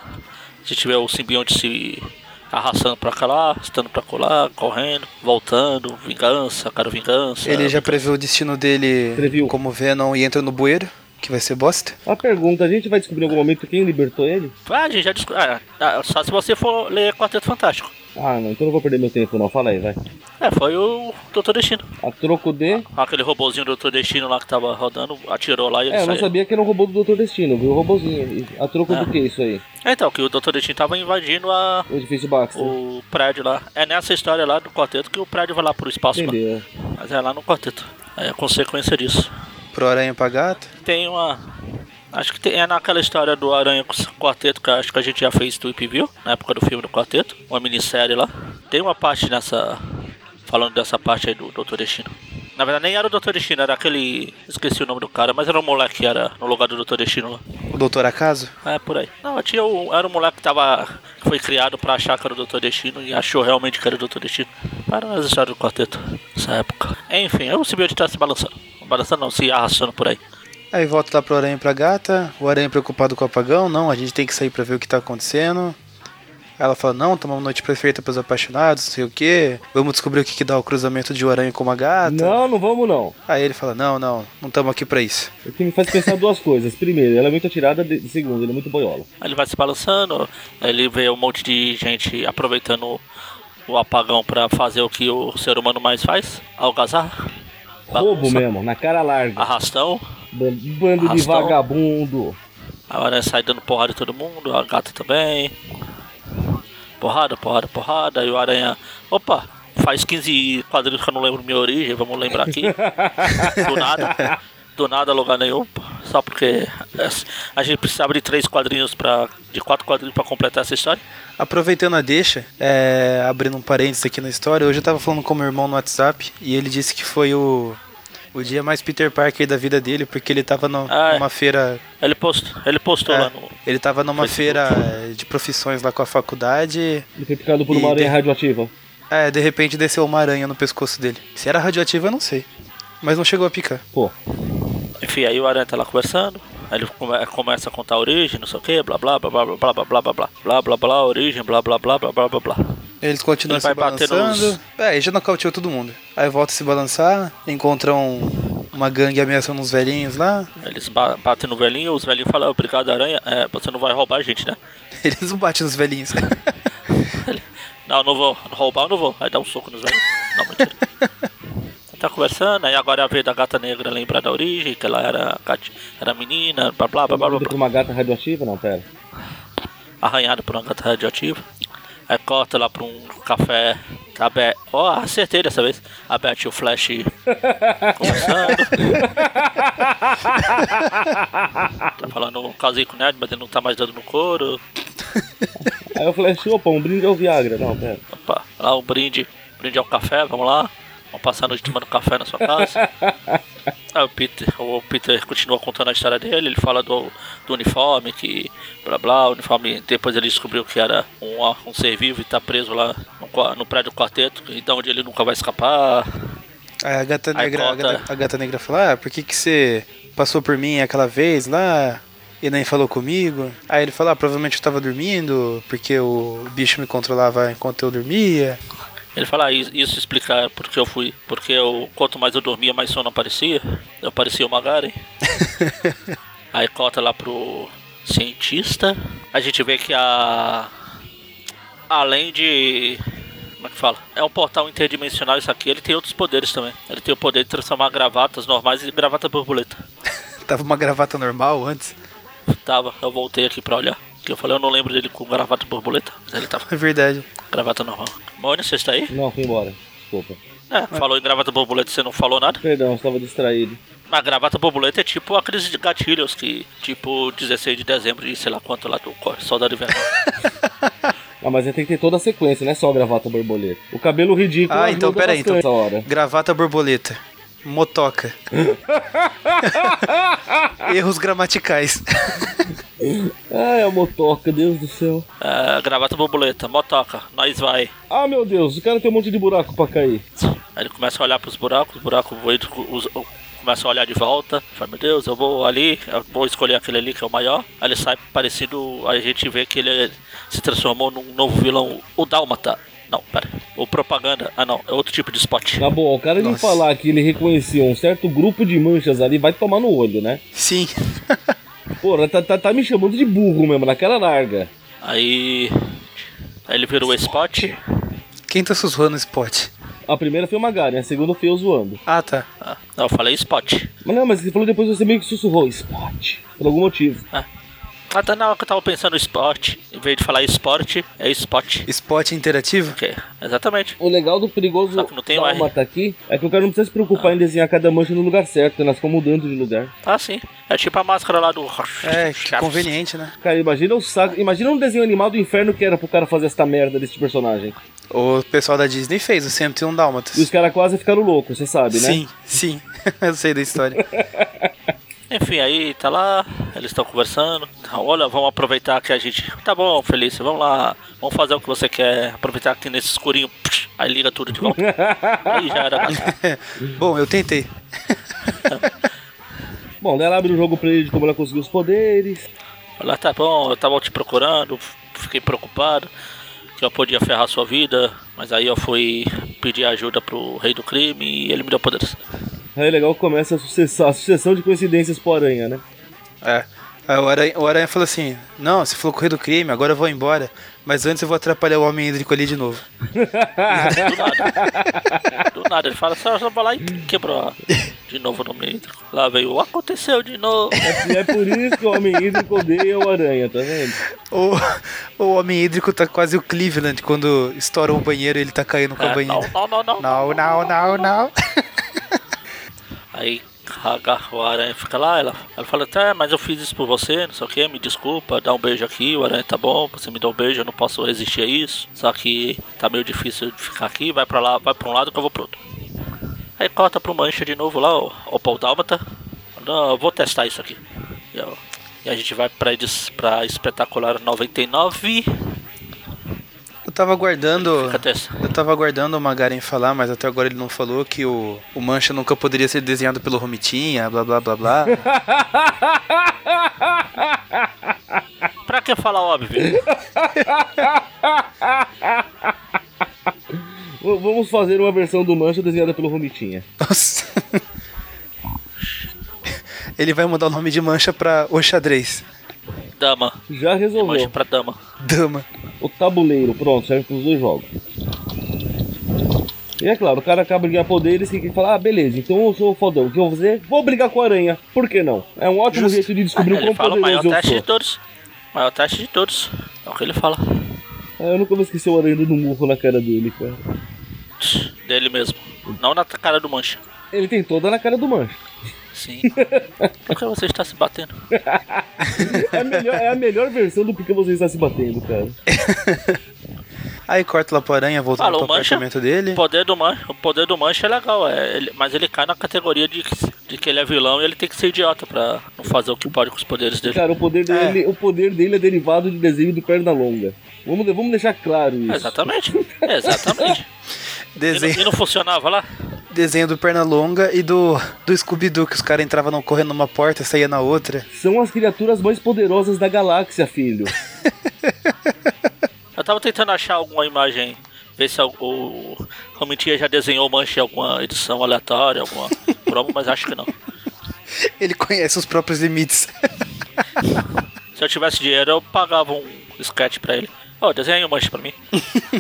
[SPEAKER 1] a gente vê o simbionte se arrastando pra cá lá, estando pra colar, correndo, voltando, vingança, quero vingança.
[SPEAKER 2] Ele já previu o destino dele
[SPEAKER 3] Previu.
[SPEAKER 2] como Venom e entra no bueiro, que vai ser bosta.
[SPEAKER 3] A pergunta, a gente vai descobrir em algum momento quem libertou ele?
[SPEAKER 1] Ah, a gente já discu- ah, ah, só se você for ler Quarteto Fantástico.
[SPEAKER 3] Ah, não, então eu não vou perder meu tempo não. Fala aí, vai.
[SPEAKER 1] É, foi o Doutor Destino.
[SPEAKER 3] A troco de...
[SPEAKER 1] Aquele robozinho do Doutor Destino lá que tava rodando, atirou lá e ele
[SPEAKER 3] É, eu não
[SPEAKER 1] saiu.
[SPEAKER 3] sabia que era um robô do Dr. Destino, viu? O robôzinho. E A troco
[SPEAKER 1] Ah.
[SPEAKER 3] do que isso aí?
[SPEAKER 1] É, Então, que o Doutor Destino tava invadindo a-
[SPEAKER 3] O edifício Baxter.
[SPEAKER 1] o prédio lá. É nessa história lá do quarteto que o prédio vai lá pro espaço, mano.
[SPEAKER 3] Entendeu?
[SPEAKER 1] Mas é lá no quarteto. É a consequência disso.
[SPEAKER 2] Pro aranha pra gata.
[SPEAKER 1] Tem uma. Acho que tem, é naquela história do Aranha com o Quarteto, que eu acho que a gente já fez Tweep View, na época do filme do Quarteto, uma minissérie lá. Tem uma parte nessa. Falando dessa parte aí do Doutor Destino. Na verdade, nem era o Doutor Destino, era aquele. Esqueci o nome do cara, mas era um moleque que era no lugar do Doutor Destino lá.
[SPEAKER 2] O doutor acaso?
[SPEAKER 1] É, por aí. Não, tinha o, era um moleque que tava. que foi criado pra achar que era o Doutor Destino e achou realmente que era o Doutor Destino. Para as histórias do quarteto nessa época. Enfim, eu sabia de estar se balançando. Balançando não, se arrastando por aí.
[SPEAKER 2] Aí volta lá pro aranha e pra gata. O aranha preocupado com o apagão. Não, a gente tem que sair pra ver o que tá acontecendo. Aí Ela fala, não, tá uma noite perfeita pros apaixonados, não sei o quê. Vamos descobrir o que, que dá o cruzamento de um aranha com uma gata.
[SPEAKER 3] Não, não vamos não.
[SPEAKER 2] Aí ele fala, não, não, não estamos aqui pra isso.
[SPEAKER 3] O que me faz pensar duas coisas. Primeiro, ela é muito atirada. De... Segundo, ele é muito boiola.
[SPEAKER 1] Aí Ele vai se balançando, aí ele vê um monte de gente aproveitando o apagão pra fazer o que o ser humano mais faz: algazarra,
[SPEAKER 2] Ah,
[SPEAKER 3] Roubo mesmo, na cara larga.
[SPEAKER 1] arrastão.
[SPEAKER 3] Ban- Bando de
[SPEAKER 1] Arrastão.
[SPEAKER 3] vagabundo.
[SPEAKER 1] A hora sai é dando porrada em todo mundo, a gata também. Porrada, porrada, porrada. E o aranha, opa, faz 15 quadrinhos que eu não lembro minha origem, vamos lembrar aqui. Do nada, do nada, lugar nenhum. Só só porque a gente precisava de três quadrinhos para de quatro quadrinhos para completar essa história.
[SPEAKER 2] Aproveitando a deixa, é, abrindo um parênteses aqui na história, hoje eu tava falando com meu irmão no WhatsApp e ele disse que foi o, o dia mais Peter Parker da vida dele, porque ele tava no-
[SPEAKER 1] Ah, é.
[SPEAKER 2] numa feira.
[SPEAKER 1] Ele postou, ele postou
[SPEAKER 2] é,
[SPEAKER 1] lá no
[SPEAKER 2] ele tava numa
[SPEAKER 1] Facebook.
[SPEAKER 2] feira de profissões lá com a faculdade.
[SPEAKER 3] Ele foi picado por uma
[SPEAKER 2] E
[SPEAKER 3] aranha
[SPEAKER 2] tem-
[SPEAKER 3] radioativa.
[SPEAKER 2] É, de repente desceu uma aranha no pescoço dele. Se era radioativa, eu não sei. Mas não chegou a picar.
[SPEAKER 3] Pô,
[SPEAKER 1] Enfim, aí o Aranha tá lá conversando, aí ele come- começa a contar a origem, não sei o que, blá blá blá blá blá blá blá blá blá blá blá blá blá origem, blá blá blá blá blá blá blá.
[SPEAKER 2] Eles continuam
[SPEAKER 1] Ele
[SPEAKER 2] se
[SPEAKER 1] vai bater
[SPEAKER 2] balançando.
[SPEAKER 1] nos-
[SPEAKER 2] É, e já nocauteou todo mundo. Aí volta a se balançar, encontram uma gangue ameaçando uns velhinhos lá.
[SPEAKER 1] Eles ba- batem no velhinho, os velhinhos falam, "Ah, obrigado Aranha, é, você não vai roubar a gente, né?
[SPEAKER 2] Eles não batem nos velhinhos.
[SPEAKER 1] Ele, não, não vou, roubar eu não vou, aí dá um soco nos velhinhos. Não, mentira. Tá conversando, aí agora é a vez da gata negra lembrar da origem, que ela era, gati- era menina, blá blá blá blá blá.
[SPEAKER 3] por uma gata radioativa? Não, pera.
[SPEAKER 1] arranhado por uma gata radioativa. Aí corta lá pra um café. Tá aberto. Ó, acertei dessa vez. Aberto e o Flash começando. tá falando um casinho com o Nerd, mas ele não tá mais dando no couro.
[SPEAKER 3] Aí eu falei assim, opa, um brinde ao Viagra. Não, pera.
[SPEAKER 1] Opa, lá o brinde. Brinde ao café, vamos lá. Vamos passar a noite tomando café na sua casa. Aí o Peter, o Peter continua contando a história dele, ele fala do, do uniforme, que blá blá, o uniforme, depois ele descobriu que era um, um ser vivo e tá preso lá no, qua- no prédio do quarteto, então onde ele nunca vai escapar.
[SPEAKER 2] Aí a gata
[SPEAKER 1] Aí
[SPEAKER 2] negra, a
[SPEAKER 1] corta.
[SPEAKER 2] gata, a gata negra fala, ah, por que, que você passou por mim aquela vez lá e nem falou comigo? Aí ele fala, ah, provavelmente eu tava dormindo, porque o bicho me controlava enquanto eu dormia.
[SPEAKER 1] Ele fala, ah, is- isso explica porque eu fui, porque eu, quanto mais eu dormia, mais sono aparecia. Eu parecia o Magari. Aí corta lá pro cientista. A gente vê que a. Além de. Como é que fala? É um portal interdimensional isso aqui. Ele tem outros poderes também. Ele tem o poder de transformar gravatas normais em gravata borboleta.
[SPEAKER 2] tava uma gravata normal antes.
[SPEAKER 1] Tava, eu voltei aqui pra olhar. Que eu falei, eu não lembro dele com gravata borboleta. Mas ele tava.
[SPEAKER 2] É verdade.
[SPEAKER 1] Gravata normal. Mônio, você está aí?
[SPEAKER 3] Não, fui embora. Desculpa.
[SPEAKER 1] É, falou em gravata borboleta, você não falou nada?
[SPEAKER 3] Perdão, eu estava distraído.
[SPEAKER 1] A gravata borboleta é tipo a crise de gatilhos, que tipo 16 de dezembro de sei lá quanto lá do Co- Soldado Invernal.
[SPEAKER 3] Ah, mas tem que ter toda a sequência, não é só a gravata borboleta. O cabelo ridículo
[SPEAKER 2] Ah, então
[SPEAKER 3] ajuda
[SPEAKER 2] peraí. Então,
[SPEAKER 3] bastante essa hora.
[SPEAKER 2] Gravata borboleta. Motoca. Erros gramaticais.
[SPEAKER 3] Ah, é o motoca, Deus do céu.
[SPEAKER 1] É, gravata borboleta, motoca, nós vai.
[SPEAKER 3] Ah, meu Deus, o cara tem um monte de buraco pra cair.
[SPEAKER 1] Aí ele começa a olhar pros buracos, os buracos voando, os- o- começa a olhar de volta. Fala, meu Deus, eu vou ali, eu vou escolher aquele ali que é o maior. Aí ele sai parecido, aí a gente vê que ele se transformou num novo vilão, o Dálmata. Não, pera. O Propaganda. Ah, não. É outro tipo de spot.
[SPEAKER 3] Tá bom, o cara de
[SPEAKER 2] Nossa.
[SPEAKER 3] falar que ele reconhecia um certo grupo de manchas ali, vai tomar no olho, né?
[SPEAKER 2] Sim.
[SPEAKER 3] Porra, tá, tá, tá me chamando de burro mesmo, naquela larga.
[SPEAKER 1] Aí... Aí ele virou o spot.
[SPEAKER 2] Quem tá sussurrando o spot?
[SPEAKER 3] A primeira foi o Magari, a segunda foi eu zoando.
[SPEAKER 2] Ah, tá.
[SPEAKER 1] Ah, não, eu falei spot.
[SPEAKER 3] Mas não, mas você falou depois você meio que sussurrou, Spot. Por algum motivo.
[SPEAKER 1] Ah. Até na hora tá, é que eu tava pensando em esporte, em vez de falar esporte, é esporte.
[SPEAKER 2] Spot interativo?
[SPEAKER 1] Ok, exatamente.
[SPEAKER 3] O legal do perigoso
[SPEAKER 1] Só que não tem
[SPEAKER 3] dálmata aqui é que o cara não precisa se preocupar em desenhar cada mancha no lugar certo, né? elas ficam mudando de lugar.
[SPEAKER 1] Ah, sim. É tipo a máscara lá do.
[SPEAKER 2] É, que conveniente, né?
[SPEAKER 3] Cara, imagina o saco. Imagina um desenho animal do inferno que era pro cara fazer esta merda desse personagem.
[SPEAKER 2] O pessoal da Disney fez o 101 Dálmatas.
[SPEAKER 3] E os caras quase ficaram loucos, você sabe, né?
[SPEAKER 2] Sim, sim. Eu sei da história.
[SPEAKER 1] Enfim, aí tá lá, eles estão conversando. Ah, Olha, vamos aproveitar que a gente. Tá bom, Felícia, vamos lá. Vamos fazer o que você quer. Aproveitar aqui nesse escurinho. Psh, Aí liga tudo de volta. aí já era.
[SPEAKER 2] Bom, eu tentei.
[SPEAKER 3] Bom, daí ela abre o jogo pra ele de como ela conseguiu os poderes.
[SPEAKER 1] Ela tá bom, eu tava te procurando, fiquei preocupado que eu podia ferrar sua vida, mas aí eu fui pedir ajuda pro rei do crime e ele me deu poderes.
[SPEAKER 3] Aí é legal que começa a, sucessão- a sucessão de coincidências pro Aranha, né?
[SPEAKER 2] É. Aí o Aranha, o Aranha falou assim: Não, você falou correr do crime, agora eu vou embora. Mas antes eu vou atrapalhar o homem hídrico ali de novo.
[SPEAKER 1] Do nada. Do nada, ele fala, só, só vai lá e quebrou de novo no meio. Lá veio, "O aconteceu de novo.
[SPEAKER 3] E é por isso que o Homem Hídrico odeia o Aranha, tá vendo?
[SPEAKER 2] O, o homem hídrico tá quase o Cleveland quando estourou o banheiro e ele tá caindo com a
[SPEAKER 1] É,
[SPEAKER 2] banheira.
[SPEAKER 1] não, não, não, não.
[SPEAKER 2] Não, não, não, não.
[SPEAKER 1] Aí agarra o aranha fica lá, ela, ela fala, tá, mas eu fiz isso por você, não sei o que, me desculpa, dá um beijo aqui, o aranha tá bom, você me dá um beijo, eu não posso resistir a isso, só que tá meio difícil de ficar aqui, vai pra lá, vai pra um lado que eu vou pro outro. Aí corta pro mancha de novo lá, o, o Paul Dálmata. Não, eu vou testar isso aqui. E, ó, e a gente vai pra, edis- pra espetacular 99.
[SPEAKER 2] Eu tava aguardando.
[SPEAKER 1] Fica testa.
[SPEAKER 2] Eu tava aguardando o Magaren falar, mas até agora ele não falou que o, o Mancha nunca poderia ser desenhado pelo Romitinha, blá blá blá blá.
[SPEAKER 1] Pra que falar óbvio?
[SPEAKER 3] V- Vamos fazer uma versão do Mancha desenhada pelo Romitinha.
[SPEAKER 2] Nossa. Ele vai mudar o nome de Mancha pra O Xadrez.
[SPEAKER 1] Dama.
[SPEAKER 3] Já
[SPEAKER 1] Mancha
[SPEAKER 3] resolveu.
[SPEAKER 1] pra dama.
[SPEAKER 2] Dama.
[SPEAKER 3] O tabuleiro, pronto, serve pros dois jogos. E é claro, o cara acaba de ganhar poderes e fala, ah, beleza, então eu sou o fodão, o que eu vou fazer? Vou brigar com a aranha, por que não? É um ótimo jeito de descobrir o
[SPEAKER 1] Ele
[SPEAKER 3] quão
[SPEAKER 1] fala o maior
[SPEAKER 3] poderoso eu
[SPEAKER 1] teste de
[SPEAKER 3] sou.
[SPEAKER 1] todos. Maior teste de todos. É o que ele fala.
[SPEAKER 3] Ah, Eu nunca vou esquecer o aranha dando um murro na cara dele, cara.
[SPEAKER 1] Tch, Dele mesmo. Não na cara do mancha.
[SPEAKER 3] Ele tem toda na cara do mancha.
[SPEAKER 1] Sim. Por que você está se batendo?
[SPEAKER 3] É a melhor, é a melhor versão do porquê você está se batendo, cara.
[SPEAKER 2] Aí corta lá pro Aranha, voltando
[SPEAKER 1] Fala, o
[SPEAKER 2] pro
[SPEAKER 1] Mancha.
[SPEAKER 2] apartamento dele.
[SPEAKER 1] O poder do mancha, o poder do mancha é legal, é, ele- mas ele cai na categoria de, que- de que ele é vilão e ele tem que ser idiota pra não fazer o que pode com os poderes dele.
[SPEAKER 3] Cara, o poder dele, o poder dele é derivado de desenho do Pernalonga. Vamos, de- vamos deixar claro isso.
[SPEAKER 1] Exatamente. Exatamente. E não,
[SPEAKER 2] Desenho,
[SPEAKER 1] e não funcionava lá?
[SPEAKER 2] desenho do Pernalonga e do, do Scooby-Doo, que os caras entravam não- correndo numa porta e saía na outra.
[SPEAKER 3] São as criaturas mais poderosas da galáxia, filho.
[SPEAKER 1] Eu tava tentando achar alguma imagem, ver se o, o Romitinha já desenhou mancha em alguma edição aleatória, alguma promo, mas acho que não.
[SPEAKER 2] Ele conhece os próprios limites.
[SPEAKER 1] Se eu tivesse dinheiro, eu pagava um sketch pra ele. Ó, desenha aí um mancha pra mim.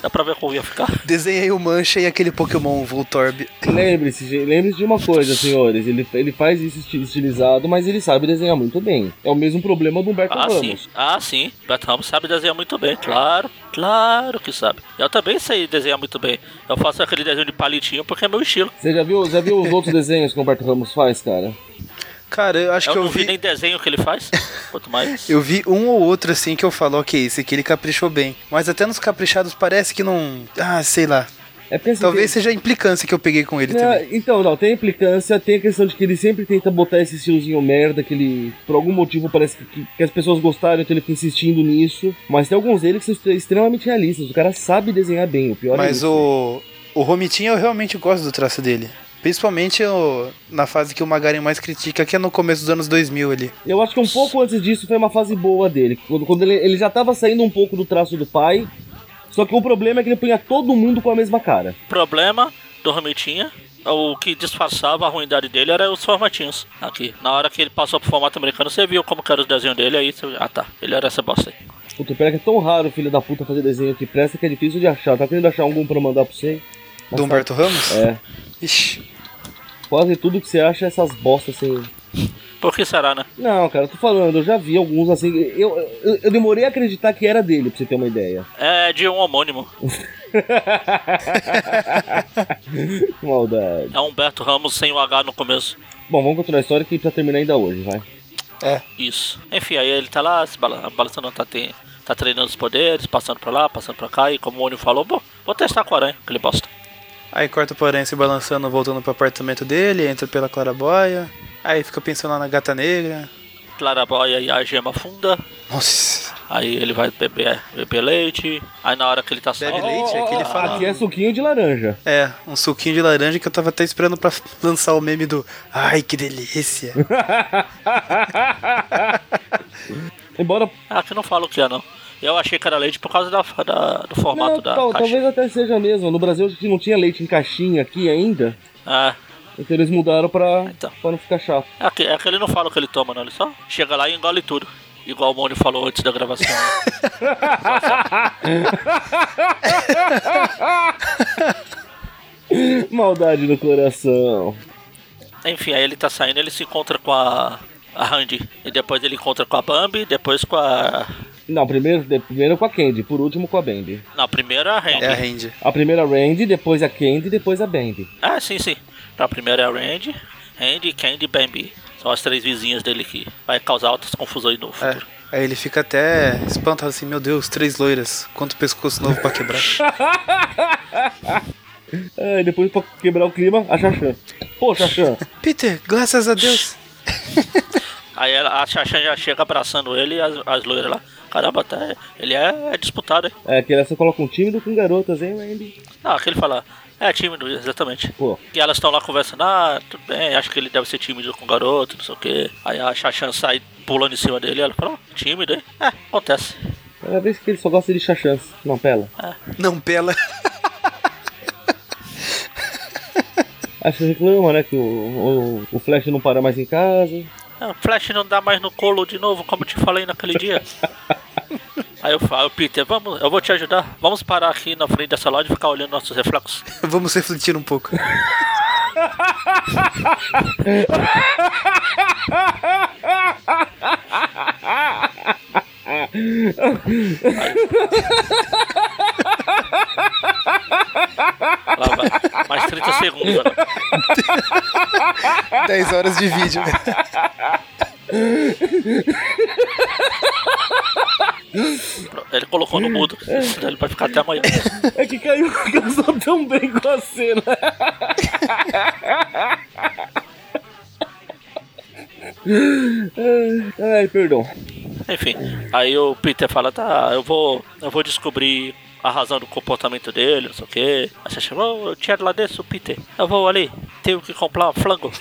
[SPEAKER 1] Dá pra ver como ia ficar.
[SPEAKER 2] Desenha aí o Mancha e aquele Pokémon Voltorb.
[SPEAKER 3] Lembre-se, gente, lembre-se de uma coisa, senhores. Ele, ele faz isso esti- estilizado, mas ele sabe desenhar muito bem. É o mesmo problema do Humberto
[SPEAKER 1] Ah, sim.
[SPEAKER 3] Ramos.
[SPEAKER 1] Ah, sim. Beto Ramos sabe desenhar muito bem, claro. Claro que sabe. Eu também sei desenhar muito bem. Eu faço aquele desenho de palitinho porque é meu estilo.
[SPEAKER 3] Você já viu, já viu os outros desenhos que o Humberto Ramos faz, cara?
[SPEAKER 2] Cara, eu acho
[SPEAKER 1] eu
[SPEAKER 2] que
[SPEAKER 1] não
[SPEAKER 2] eu
[SPEAKER 1] vi...
[SPEAKER 2] vi.
[SPEAKER 1] nem desenho que ele faz. Quanto mais.
[SPEAKER 2] Eu vi um ou outro assim que eu falo, ok, esse aqui ele caprichou bem. Mas até nos caprichados parece que não. Ah, sei lá.
[SPEAKER 3] É porque, assim,
[SPEAKER 2] Talvez
[SPEAKER 3] tem-
[SPEAKER 2] seja a implicância que eu peguei com ele
[SPEAKER 3] Não,
[SPEAKER 2] também.
[SPEAKER 3] então, não, tem a implicância, tem a questão de que ele sempre tenta botar esse estilozinho merda, que ele, por algum motivo, parece que, que- que as pessoas gostaram, então ele fica insistindo nisso. Mas tem alguns dele que são est- extremamente realistas, o cara sabe desenhar bem, o pior é
[SPEAKER 2] Mas
[SPEAKER 3] isso.
[SPEAKER 2] o. O Romitinho eu realmente gosto do traço dele. Principalmente o- na fase que o Magaren mais critica, que é no começo dos anos 2000 ali.
[SPEAKER 3] Eu acho que um pouco antes disso foi uma fase boa dele, quando, quando ele, ele já tava saindo um pouco do traço do pai, só que o problema é que ele punha todo mundo com a mesma cara.
[SPEAKER 1] Problema do Romitinha. O que disfarçava a ruindade dele era os formatinhos. Aqui. Na hora que ele passou pro formato americano, você viu como que era o desenho dele. Aí você. Ah tá. Ele era essa bosta aí.
[SPEAKER 3] Puta, pior que é tão raro, filho da puta, fazer desenho que presta que é difícil de achar. Tá querendo achar algum pra mandar pra você?
[SPEAKER 2] Do Humberto Ramos?
[SPEAKER 3] É,
[SPEAKER 2] Ixi.
[SPEAKER 3] quase tudo que você acha é essas bostas assim.
[SPEAKER 1] Por que será, né?
[SPEAKER 3] Não, cara, eu tô falando, eu já vi alguns assim. Eu, eu, eu demorei a acreditar que era dele, pra você ter uma ideia.
[SPEAKER 1] É de um homônimo.
[SPEAKER 3] Que maldade.
[SPEAKER 1] É Humberto Ramos sem o H no começo.
[SPEAKER 3] Bom, vamos continuar a história que pra terminar ainda hoje, vai.
[SPEAKER 2] É.
[SPEAKER 1] Isso. Enfim, aí ele tá lá, se bala- balançando, tá, te- tá treinando os poderes, passando pra lá, passando pra cá, e como o Oni falou, bom, vou testar com o aranha, aquele bosta.
[SPEAKER 2] Aí corta o Porém se balançando, voltando pro apartamento dele, entra pela claraboia. Aí fica pensando lá na gata negra.
[SPEAKER 1] Clarabóia e a gema funda,
[SPEAKER 2] Nossa.
[SPEAKER 1] aí ele vai beber, beber leite, aí na hora que ele tá só.
[SPEAKER 2] Bebe leite? É que ele fala.
[SPEAKER 3] Aqui é suquinho de laranja.
[SPEAKER 2] É, um suquinho de laranja que eu tava até esperando pra lançar o meme do. Ai, que delícia.
[SPEAKER 3] Embora.
[SPEAKER 1] Ah, que não fala o que é, não. Eu achei que era leite por causa da, da- do formato
[SPEAKER 3] Não,
[SPEAKER 1] da
[SPEAKER 3] tal-
[SPEAKER 1] caixa.
[SPEAKER 3] talvez até seja mesmo. No Brasil acho que não tinha leite em caixinha aqui ainda.
[SPEAKER 1] É,
[SPEAKER 3] Então eles mudaram pra,
[SPEAKER 1] Então.
[SPEAKER 3] pra não ficar chato.
[SPEAKER 1] é que, é que ele não fala o que ele toma, não. Ele só chega lá e engole tudo. Igual o Moni falou antes da gravação. né?
[SPEAKER 3] Maldade no coração.
[SPEAKER 1] Enfim, aí ele tá saindo, ele se encontra com a, a Randy. E depois ele encontra com a Bambi, depois com a.
[SPEAKER 3] Não, primeiro, de- primeiro com a Candy, por último com a Bambi.
[SPEAKER 1] Não, primeiro a Randy.
[SPEAKER 2] É a Randy.
[SPEAKER 3] A primeira a Randy, depois a Candy, depois a Bambi.
[SPEAKER 1] Ah, sim, sim. Então, a primeira é a Randy. Andy, Candy e Bambi. São as três vizinhas dele que vai causar altas confusões no
[SPEAKER 2] É.
[SPEAKER 1] futuro.
[SPEAKER 2] Aí ele fica até espantado assim, meu Deus, três loiras, quanto pescoço novo pra quebrar.
[SPEAKER 3] É, e depois, pra quebrar o clima, a Xaxã. Pô, Xaxã,
[SPEAKER 2] Peter, graças a Deus.
[SPEAKER 1] Aí ela- a Xaxã já chega abraçando ele e as, as loiras lá. Caramba, tá, ele é, é disputado, hein?
[SPEAKER 3] é, que ela só coloca um tímido com garotas, hein, Andy?
[SPEAKER 1] Ah, aquele fala. É tímido, exatamente.
[SPEAKER 3] Pô,
[SPEAKER 1] E elas estão lá conversando, ah, tudo bem, acho que ele deve ser tímido com o garoto, não sei o quê. Aí a Xaxã sai pulando em cima dele, ela fala, "Ó, tímido, hein? É, acontece.
[SPEAKER 3] cada vez que ele só gosta de Xaxãs. Não, pela.
[SPEAKER 2] Não pela.
[SPEAKER 3] A Xaxã reclama, né, que o, o, o Flash não para mais em casa.
[SPEAKER 1] Ah, Flash não dá mais no colo de novo, como eu te falei naquele dia. Aí eu falo, Peter, vamos, eu vou te ajudar. Vamos parar aqui na frente dessa loja e ficar olhando nossos reflexos.
[SPEAKER 2] Vamos refletir um pouco.
[SPEAKER 1] Lá vai. Mais 30 segundos agora.
[SPEAKER 2] 10 horas de vídeo.
[SPEAKER 1] Ele colocou no mudo. Ele vai ficar até amanhã.
[SPEAKER 3] É que caiu, casou tão bem com a cena. Ai, perdão.
[SPEAKER 1] Enfim, aí o Peter fala, tá, eu vou. eu vou descobrir a razão do comportamento dele, não sei o quê. Aí você chama, "Ô, eu tiro lá dentro, Peter. Eu vou ali, tenho que comprar um flango.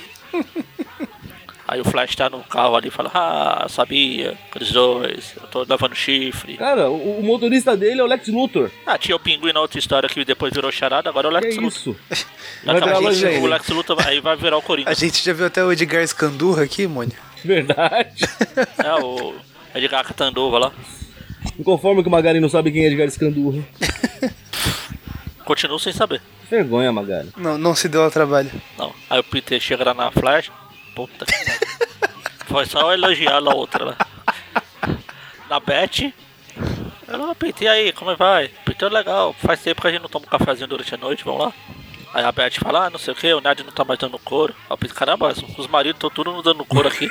[SPEAKER 1] aí o Flash tá no carro ali e fala, ah, sabia, aqueles dois, eu tô levando chifre.
[SPEAKER 3] Cara, o, o motorista dele é o Lex Luthor.
[SPEAKER 1] Ah, tinha o pinguim na outra história que depois virou charada, agora é o
[SPEAKER 3] Que é
[SPEAKER 1] Lex Luthor. Tá,
[SPEAKER 3] isso? Vai
[SPEAKER 1] Daqui a
[SPEAKER 3] virar
[SPEAKER 1] pouco
[SPEAKER 2] loja
[SPEAKER 1] o
[SPEAKER 2] ele.
[SPEAKER 1] Lex Luthor vai- aí vai virar o
[SPEAKER 2] A
[SPEAKER 1] Corinthians.
[SPEAKER 2] gente já viu até o Edgar Escandurra aqui, Mônio.
[SPEAKER 3] Verdade.
[SPEAKER 1] É o Edgar Catandova lá.
[SPEAKER 3] E Conforme que o Magari não sabe quem é Edgar Escandurra.
[SPEAKER 1] Continuo sem saber.
[SPEAKER 3] Vergonha, Magari.
[SPEAKER 2] Não, não se deu ao trabalho.
[SPEAKER 1] Não. Aí o Peter chega lá na flash. Puta que pariu. Foi só eu elogiar lá a outra lá. Na Beth. Ela, ah, Peter, e aí, como vai? Peter, legal. Faz tempo que a gente não toma um cafezinho durante a noite, vamos lá? Aí a Beth fala, ah, não sei o que, o Nerd não tá mais dando couro. Aí o Peter, caramba, os maridos estão tudo dando couro aqui.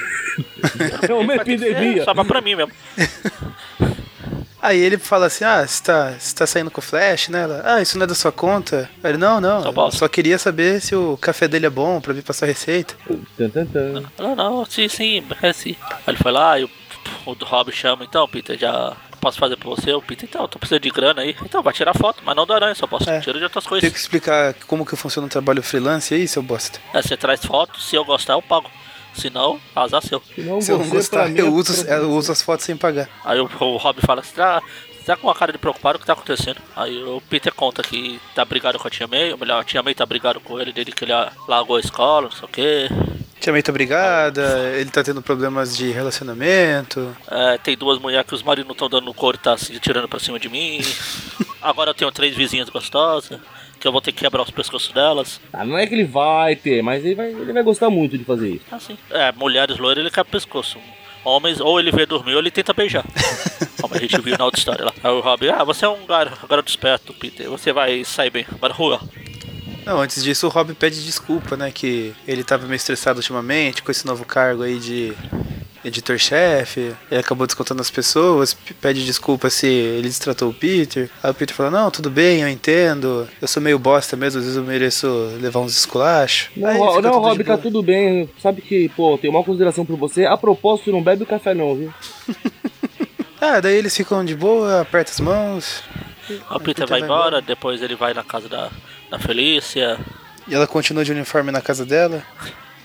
[SPEAKER 3] É uma
[SPEAKER 1] Vai ter que ser
[SPEAKER 3] epidemia.
[SPEAKER 1] Só vai pra mim mesmo.
[SPEAKER 2] Aí ele fala assim: Ah, você tá, você tá saindo com o Flash, né? Ela, ah, isso não é da sua conta? Aí Ele, não, não.
[SPEAKER 1] Só
[SPEAKER 2] eu
[SPEAKER 1] bosta.
[SPEAKER 2] Só queria saber se o café dele é bom pra vir passar receita.
[SPEAKER 3] Tan, tan, tan.
[SPEAKER 1] Ela, não, sim, sim, é sim. Aí ele foi lá e o, o Rob chama, então, Peter, já posso fazer pra você? O Peter, então, tô precisando de grana aí. Então, vai tirar foto, mas não do aranha, só posso
[SPEAKER 2] É.
[SPEAKER 1] tirar de outras
[SPEAKER 2] Tem
[SPEAKER 1] coisas.
[SPEAKER 2] que explicar como que funciona o trabalho freelance aí, seu bosta.
[SPEAKER 1] Aí "É, você traz foto, se eu gostar, eu pago. Se não, azar seu.
[SPEAKER 3] Se não,
[SPEAKER 2] Se eu não
[SPEAKER 3] você,
[SPEAKER 2] gostar,
[SPEAKER 3] pra mim, é
[SPEAKER 2] eu uso,
[SPEAKER 3] pra-
[SPEAKER 2] eu uso as fotos sem pagar.
[SPEAKER 1] Aí o, o Rob fala, você tá, você tá com uma cara de preocupado, o que tá acontecendo? Aí o Peter conta que tá brigado com a Tia May, ou melhor, a Tia May tá brigado com ele, dele que ele ah, largou a escola, não sei o quê.
[SPEAKER 2] Tia May tá brigada, ele tá tendo problemas de relacionamento.
[SPEAKER 1] É, tem duas mulheres que os maridos não estão dando cor e tá se tirando pra cima de mim. Agora eu tenho três vizinhas gostosas, que eu vou ter que quebrar os pescoços delas.
[SPEAKER 3] Ah, não é que ele vai ter, mas ele vai, ele vai gostar muito de fazer
[SPEAKER 2] Ah,
[SPEAKER 3] isso.
[SPEAKER 1] Assim. É, mulheres loiras ele quebra o pescoço. Homens, ou ele vê dormir ou ele tenta beijar. Como a gente viu na outra história lá. Aí o Rob, ah, você é um gar- garoto esperto, Peter. Você vai sair bem. Agora rua.
[SPEAKER 2] Não, antes disso o Rob pede desculpa, né? Que ele tava meio estressado ultimamente com esse novo cargo aí de editor-chefe. Ele acabou descontando as pessoas, p- pede desculpa se ele destratou o Peter. Aí o Peter fala, não, tudo bem, eu entendo. Eu sou meio bosta mesmo, às vezes eu mereço levar uns esculachos.
[SPEAKER 3] Não,
[SPEAKER 2] Aí ele
[SPEAKER 3] Ro-
[SPEAKER 2] fica
[SPEAKER 3] não
[SPEAKER 2] todo de
[SPEAKER 3] Rob, tá
[SPEAKER 2] boa.
[SPEAKER 3] tudo bem. Sabe que, pô, tenho maior consideração por você. A propósito, não bebe o café, não, viu?
[SPEAKER 2] Ah, daí eles ficam de boa, aperta as mãos.
[SPEAKER 1] O Peter
[SPEAKER 2] Peter
[SPEAKER 1] vai
[SPEAKER 2] vai
[SPEAKER 1] embora, depois ele vai na casa da, da Felícia.
[SPEAKER 2] E ela continua de uniforme na casa dela.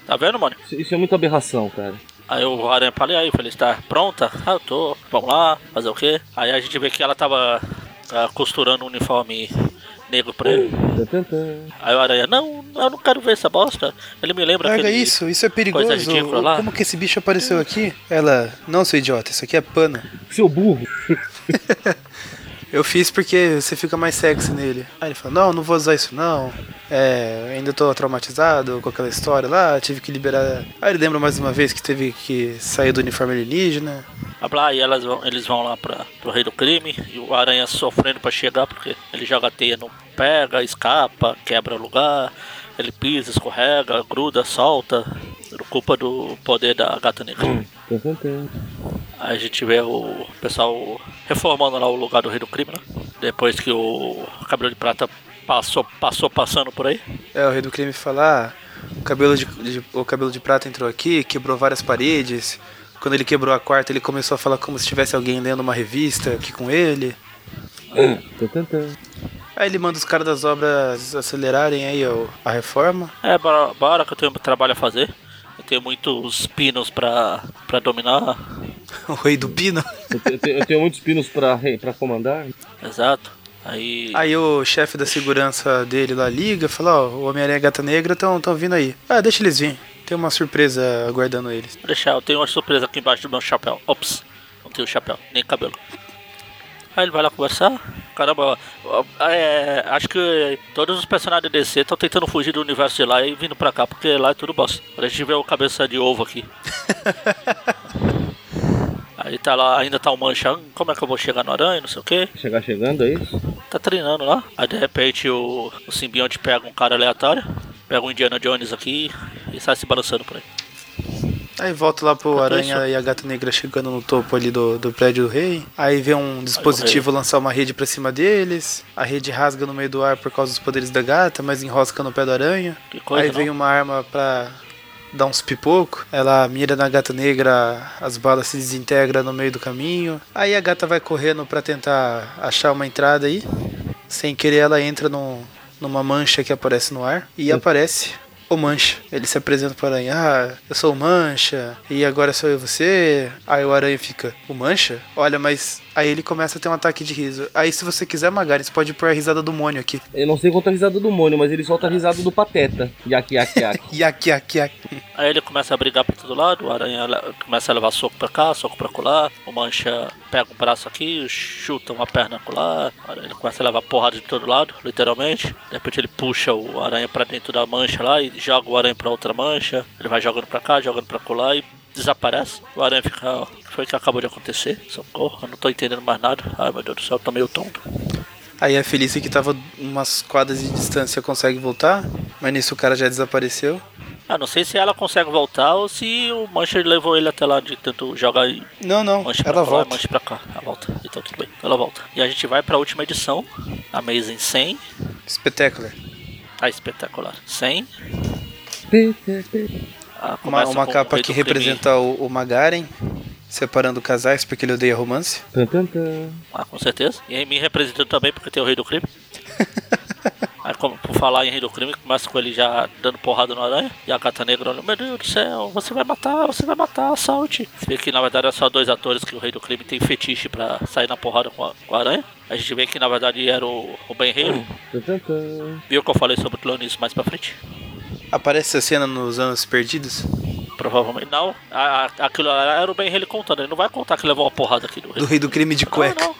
[SPEAKER 1] Tá vendo, mano?
[SPEAKER 3] Isso, isso é muita aberração, cara.
[SPEAKER 1] Aí o Aranha fala, e aí, Feliz, tá pronta? Ah, eu tô, vamos lá, fazer o quê? Aí a gente vê que ela tava ah, costurando um uniforme negro pra ele.
[SPEAKER 3] Tan, tan, tan.
[SPEAKER 1] Aí o Aranha, não, eu não quero ver essa bosta. Ele me lembra
[SPEAKER 2] Larga
[SPEAKER 1] aquele-
[SPEAKER 2] isso, isso é perigoso.
[SPEAKER 1] ridícula lá.
[SPEAKER 2] Como que esse bicho apareceu aqui? Ela, não, seu idiota, isso aqui é pano.
[SPEAKER 3] Seu burro.
[SPEAKER 2] Eu fiz porque você fica mais sexy nele. Aí ele falou, não, não vou usar isso não. É, ainda tô traumatizado com aquela história lá, tive que liberar. Aí ele lembra mais uma vez que teve que sair do uniforme alienígena.
[SPEAKER 1] Blá, blá, e elas vão, eles vão lá pra, pro Rei do Crime. E o Aranha sofrendo pra chegar, porque ele joga a teia, não pega, escapa, quebra lugar. Ele pisa, escorrega, gruda, solta. Por culpa do poder da gata negra.
[SPEAKER 3] Tum, tum, tum.
[SPEAKER 1] Aí a gente vê o pessoal reformando lá o lugar do Rei do Crime, né? Depois que o Cabelo de Prata passou, passou passando por aí.
[SPEAKER 2] É, o rei do crime falar, o cabelo de, de- o cabelo de prata entrou aqui, quebrou várias paredes. Quando ele quebrou a quarta, ele começou a falar como se tivesse alguém lendo uma revista aqui com ele.
[SPEAKER 3] Tum, tum, tum.
[SPEAKER 2] Aí ele manda os caras das obras acelerarem aí o- a reforma.
[SPEAKER 1] É, bora, bora que eu tenho trabalho a fazer. Eu tenho muitos pinos pra, pra dominar.
[SPEAKER 2] O rei do pino.
[SPEAKER 3] Eu, te- eu te- eu tenho muitos pinos pra, re- pra comandar.
[SPEAKER 1] Exato. Aí.
[SPEAKER 2] Aí o chefe da segurança dele lá liga, fala, ó, o Homem-Aranha e a Gata Negra estão tão vindo aí. Ah, deixa eles virem. Tem uma surpresa aguardando eles.
[SPEAKER 1] Vou deixar, eu tenho uma surpresa aqui embaixo do meu chapéu. Ops, não tenho chapéu, nem cabelo. Aí ele vai lá conversar. Caramba, ó, é, acho que todos os personagens da DC estão tentando fugir do universo de lá e vindo pra cá, porque lá é tudo bosta. A gente vê o cabeça de ovo aqui. Aí tá lá, ainda tá o mancha, "Hum, como é que eu vou chegar no aranha, não sei o que.
[SPEAKER 3] Chegar chegando, é isso?
[SPEAKER 1] Tá treinando lá. Aí de repente o, o simbionte pega um cara aleatório, pega um Indiana Jones aqui e sai se balançando por aí.
[SPEAKER 2] Aí volta lá pro
[SPEAKER 1] Enquanto
[SPEAKER 2] Aranha e a Gata Negra chegando no topo ali do, do prédio do rei. Aí vê um dispositivo lançar uma rede pra cima deles. A rede rasga no meio do ar por causa dos poderes da gata, mas enrosca no pé do aranha.
[SPEAKER 1] Que coisa,
[SPEAKER 2] Aí vem
[SPEAKER 1] não?
[SPEAKER 2] uma arma pra dar uns pipoco. Ela mira na gata negra, as balas se desintegram no meio do caminho. Aí a gata vai correndo pra tentar achar uma entrada aí. Sem querer, ela entra num- numa mancha que aparece no ar. E aparece o Mancha. Ele se apresenta para Aranha. Ah, eu sou o Mancha. E agora sou eu você. Aí o Aranha fica, o Mancha? Olha, mas... Aí ele começa a ter um ataque de riso. Aí se você quiser, Magari, você pode pôr a risada do Mônio aqui.
[SPEAKER 3] Eu não sei quanto a risada do Mônio, mas ele solta a risada do Pateta. Yak, yak, yak.
[SPEAKER 2] Yak, yak, yak.
[SPEAKER 1] Aí ele começa a brigar pra todo lado, o aranha le- começa a levar soco pra cá, soco pra colar, o mancha pega um braço aqui, chuta uma perna colar, o aranha- ele começa a levar porrada de todo lado, literalmente. De repente ele puxa o aranha pra dentro da mancha lá e joga o aranha pra outra mancha, ele vai jogando pra cá, jogando pra colar e desaparece. O aranha fica, "Ah, o que foi que acabou de acontecer? Socorro, eu não tô entendendo mais nada. Ai meu Deus do céu, tô meio tonto.
[SPEAKER 2] Aí a Felícia, que tava umas quadras de distância, consegue voltar, mas nisso o cara já desapareceu.
[SPEAKER 1] Ah, não sei se ela consegue voltar ou se o mancha levou ele até lá de tanto jogar e
[SPEAKER 2] Não, não,
[SPEAKER 1] Manche pra
[SPEAKER 2] ela
[SPEAKER 1] lá,
[SPEAKER 2] volta.
[SPEAKER 1] manche pra cá. Ela volta. Então tudo bem. Ela volta. E a gente vai pra última edição. Amazing 100.
[SPEAKER 2] Espetacular.
[SPEAKER 1] Tá espetacular. 100.
[SPEAKER 3] Peter, Peter.
[SPEAKER 1] Ah,
[SPEAKER 2] Uma,
[SPEAKER 1] começa
[SPEAKER 2] uma
[SPEAKER 1] com o
[SPEAKER 2] capa
[SPEAKER 1] Rei
[SPEAKER 2] que
[SPEAKER 1] do Crime.
[SPEAKER 2] representa o, o Magaren, separando casais porque ele odeia romance.
[SPEAKER 3] Tan, tan, tan.
[SPEAKER 1] Ah, com certeza. E aí me representando também porque tem o Rei do Crime. Aí, como, por falar em Rei do Crime, começa com ele já dando porrada no aranha. E a gata negra olha: Meu Deus do céu, você vai matar, você vai matar, salte. Você vê que na verdade é só dois atores que o Rei do Crime tem fetiche pra sair na porrada com a, com a aranha. A gente vê que na verdade era o, o Ben
[SPEAKER 2] Hum.
[SPEAKER 1] Halo.
[SPEAKER 3] Tan, tan, tan.
[SPEAKER 1] Viu que eu falei sobre o clones mais pra frente?
[SPEAKER 2] Aparece essa cena nos anos perdidos
[SPEAKER 1] Provavelmente não. A, a- aquilo lá era o Ben Haley contando. Ele não vai contar que levou uma porrada aqui do
[SPEAKER 2] do rei do crime de
[SPEAKER 1] Não,
[SPEAKER 2] cueca.
[SPEAKER 1] Não,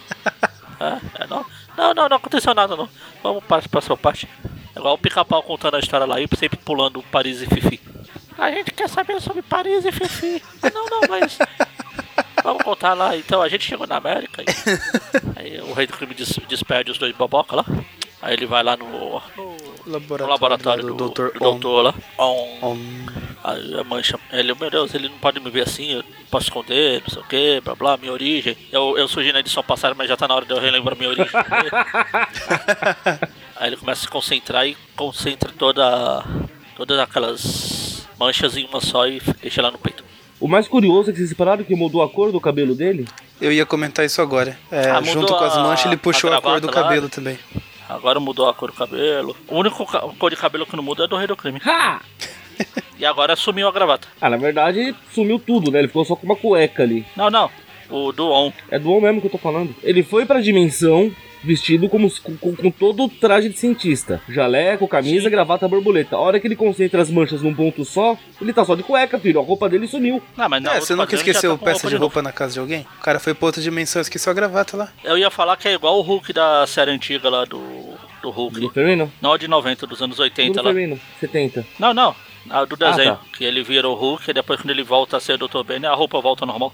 [SPEAKER 1] É, é, não. não, não, não aconteceu nada não. Vamos para a próxima parte. É igual o pica-pau contando a história lá e sempre pulando Paris e Fifi. A gente quer saber sobre Paris e Fifi. Ah, não, não, mas. Vamos contar lá. Então a gente chegou na América. e- aí o rei do crime des- despede os dois boboca lá. Aí ele vai lá no, no, no laboratório do,
[SPEAKER 2] Dr.
[SPEAKER 1] do
[SPEAKER 2] On.
[SPEAKER 1] doutor lá. On-
[SPEAKER 2] On.
[SPEAKER 1] Aí a mancha, ele, meu Deus, ele não pode me ver assim, eu não posso esconder, não sei o que, blá blá, minha origem. Eu, eu surgi na edição passada, mas já tá na hora de eu relembrar minha origem. Aí ele começa a se concentrar e concentra toda, todas aquelas manchas em uma só e deixa lá no peito.
[SPEAKER 3] O mais curioso é que vocês separaram que mudou a cor do cabelo dele?
[SPEAKER 2] Eu ia comentar isso agora. É,
[SPEAKER 1] Ah, mudou
[SPEAKER 2] junto com as
[SPEAKER 1] a-
[SPEAKER 2] manchas, ele puxou
[SPEAKER 1] a
[SPEAKER 2] a, cor do
[SPEAKER 1] gravata lá,
[SPEAKER 2] cabelo
[SPEAKER 1] né?
[SPEAKER 2] também.
[SPEAKER 1] Agora mudou a cor do cabelo. O único ca- cor de cabelo que não muda é do Rei do Crime.
[SPEAKER 3] Ha!
[SPEAKER 1] E agora sumiu a gravata.
[SPEAKER 3] Ah, na verdade, sumiu tudo, né? Ele ficou só com uma cueca ali.
[SPEAKER 1] Não, não, o do On.
[SPEAKER 3] É do homem mesmo que eu tô falando. Ele foi pra dimensão vestido como s- com, com- com todo o traje de cientista. Jaleco, camisa, gravata, borboleta. A hora que ele concentra as manchas num ponto só, ele tá só de cueca, filho. A roupa dele sumiu.
[SPEAKER 1] Não, Ah, mas não,
[SPEAKER 2] é,
[SPEAKER 1] outro
[SPEAKER 2] você nunca
[SPEAKER 1] quadrinho já
[SPEAKER 2] esqueceu
[SPEAKER 1] tá com
[SPEAKER 2] peça de
[SPEAKER 1] novo.
[SPEAKER 2] roupa na casa de alguém? O cara foi pra outra dimensão e esqueceu a gravata lá.
[SPEAKER 1] Eu ia falar que é igual o Hulk da série antiga lá do, do Hulk.
[SPEAKER 3] Do Fermino?
[SPEAKER 1] Não, a de 90, dos anos 80
[SPEAKER 3] Do
[SPEAKER 1] lá.
[SPEAKER 3] Fermino, 70.
[SPEAKER 1] Não, não. A do
[SPEAKER 3] Ah,
[SPEAKER 1] desenho.
[SPEAKER 3] tá.
[SPEAKER 1] Que ele vira o Hulk e depois quando ele volta a ser o Dr. Ben, a roupa volta ao normal.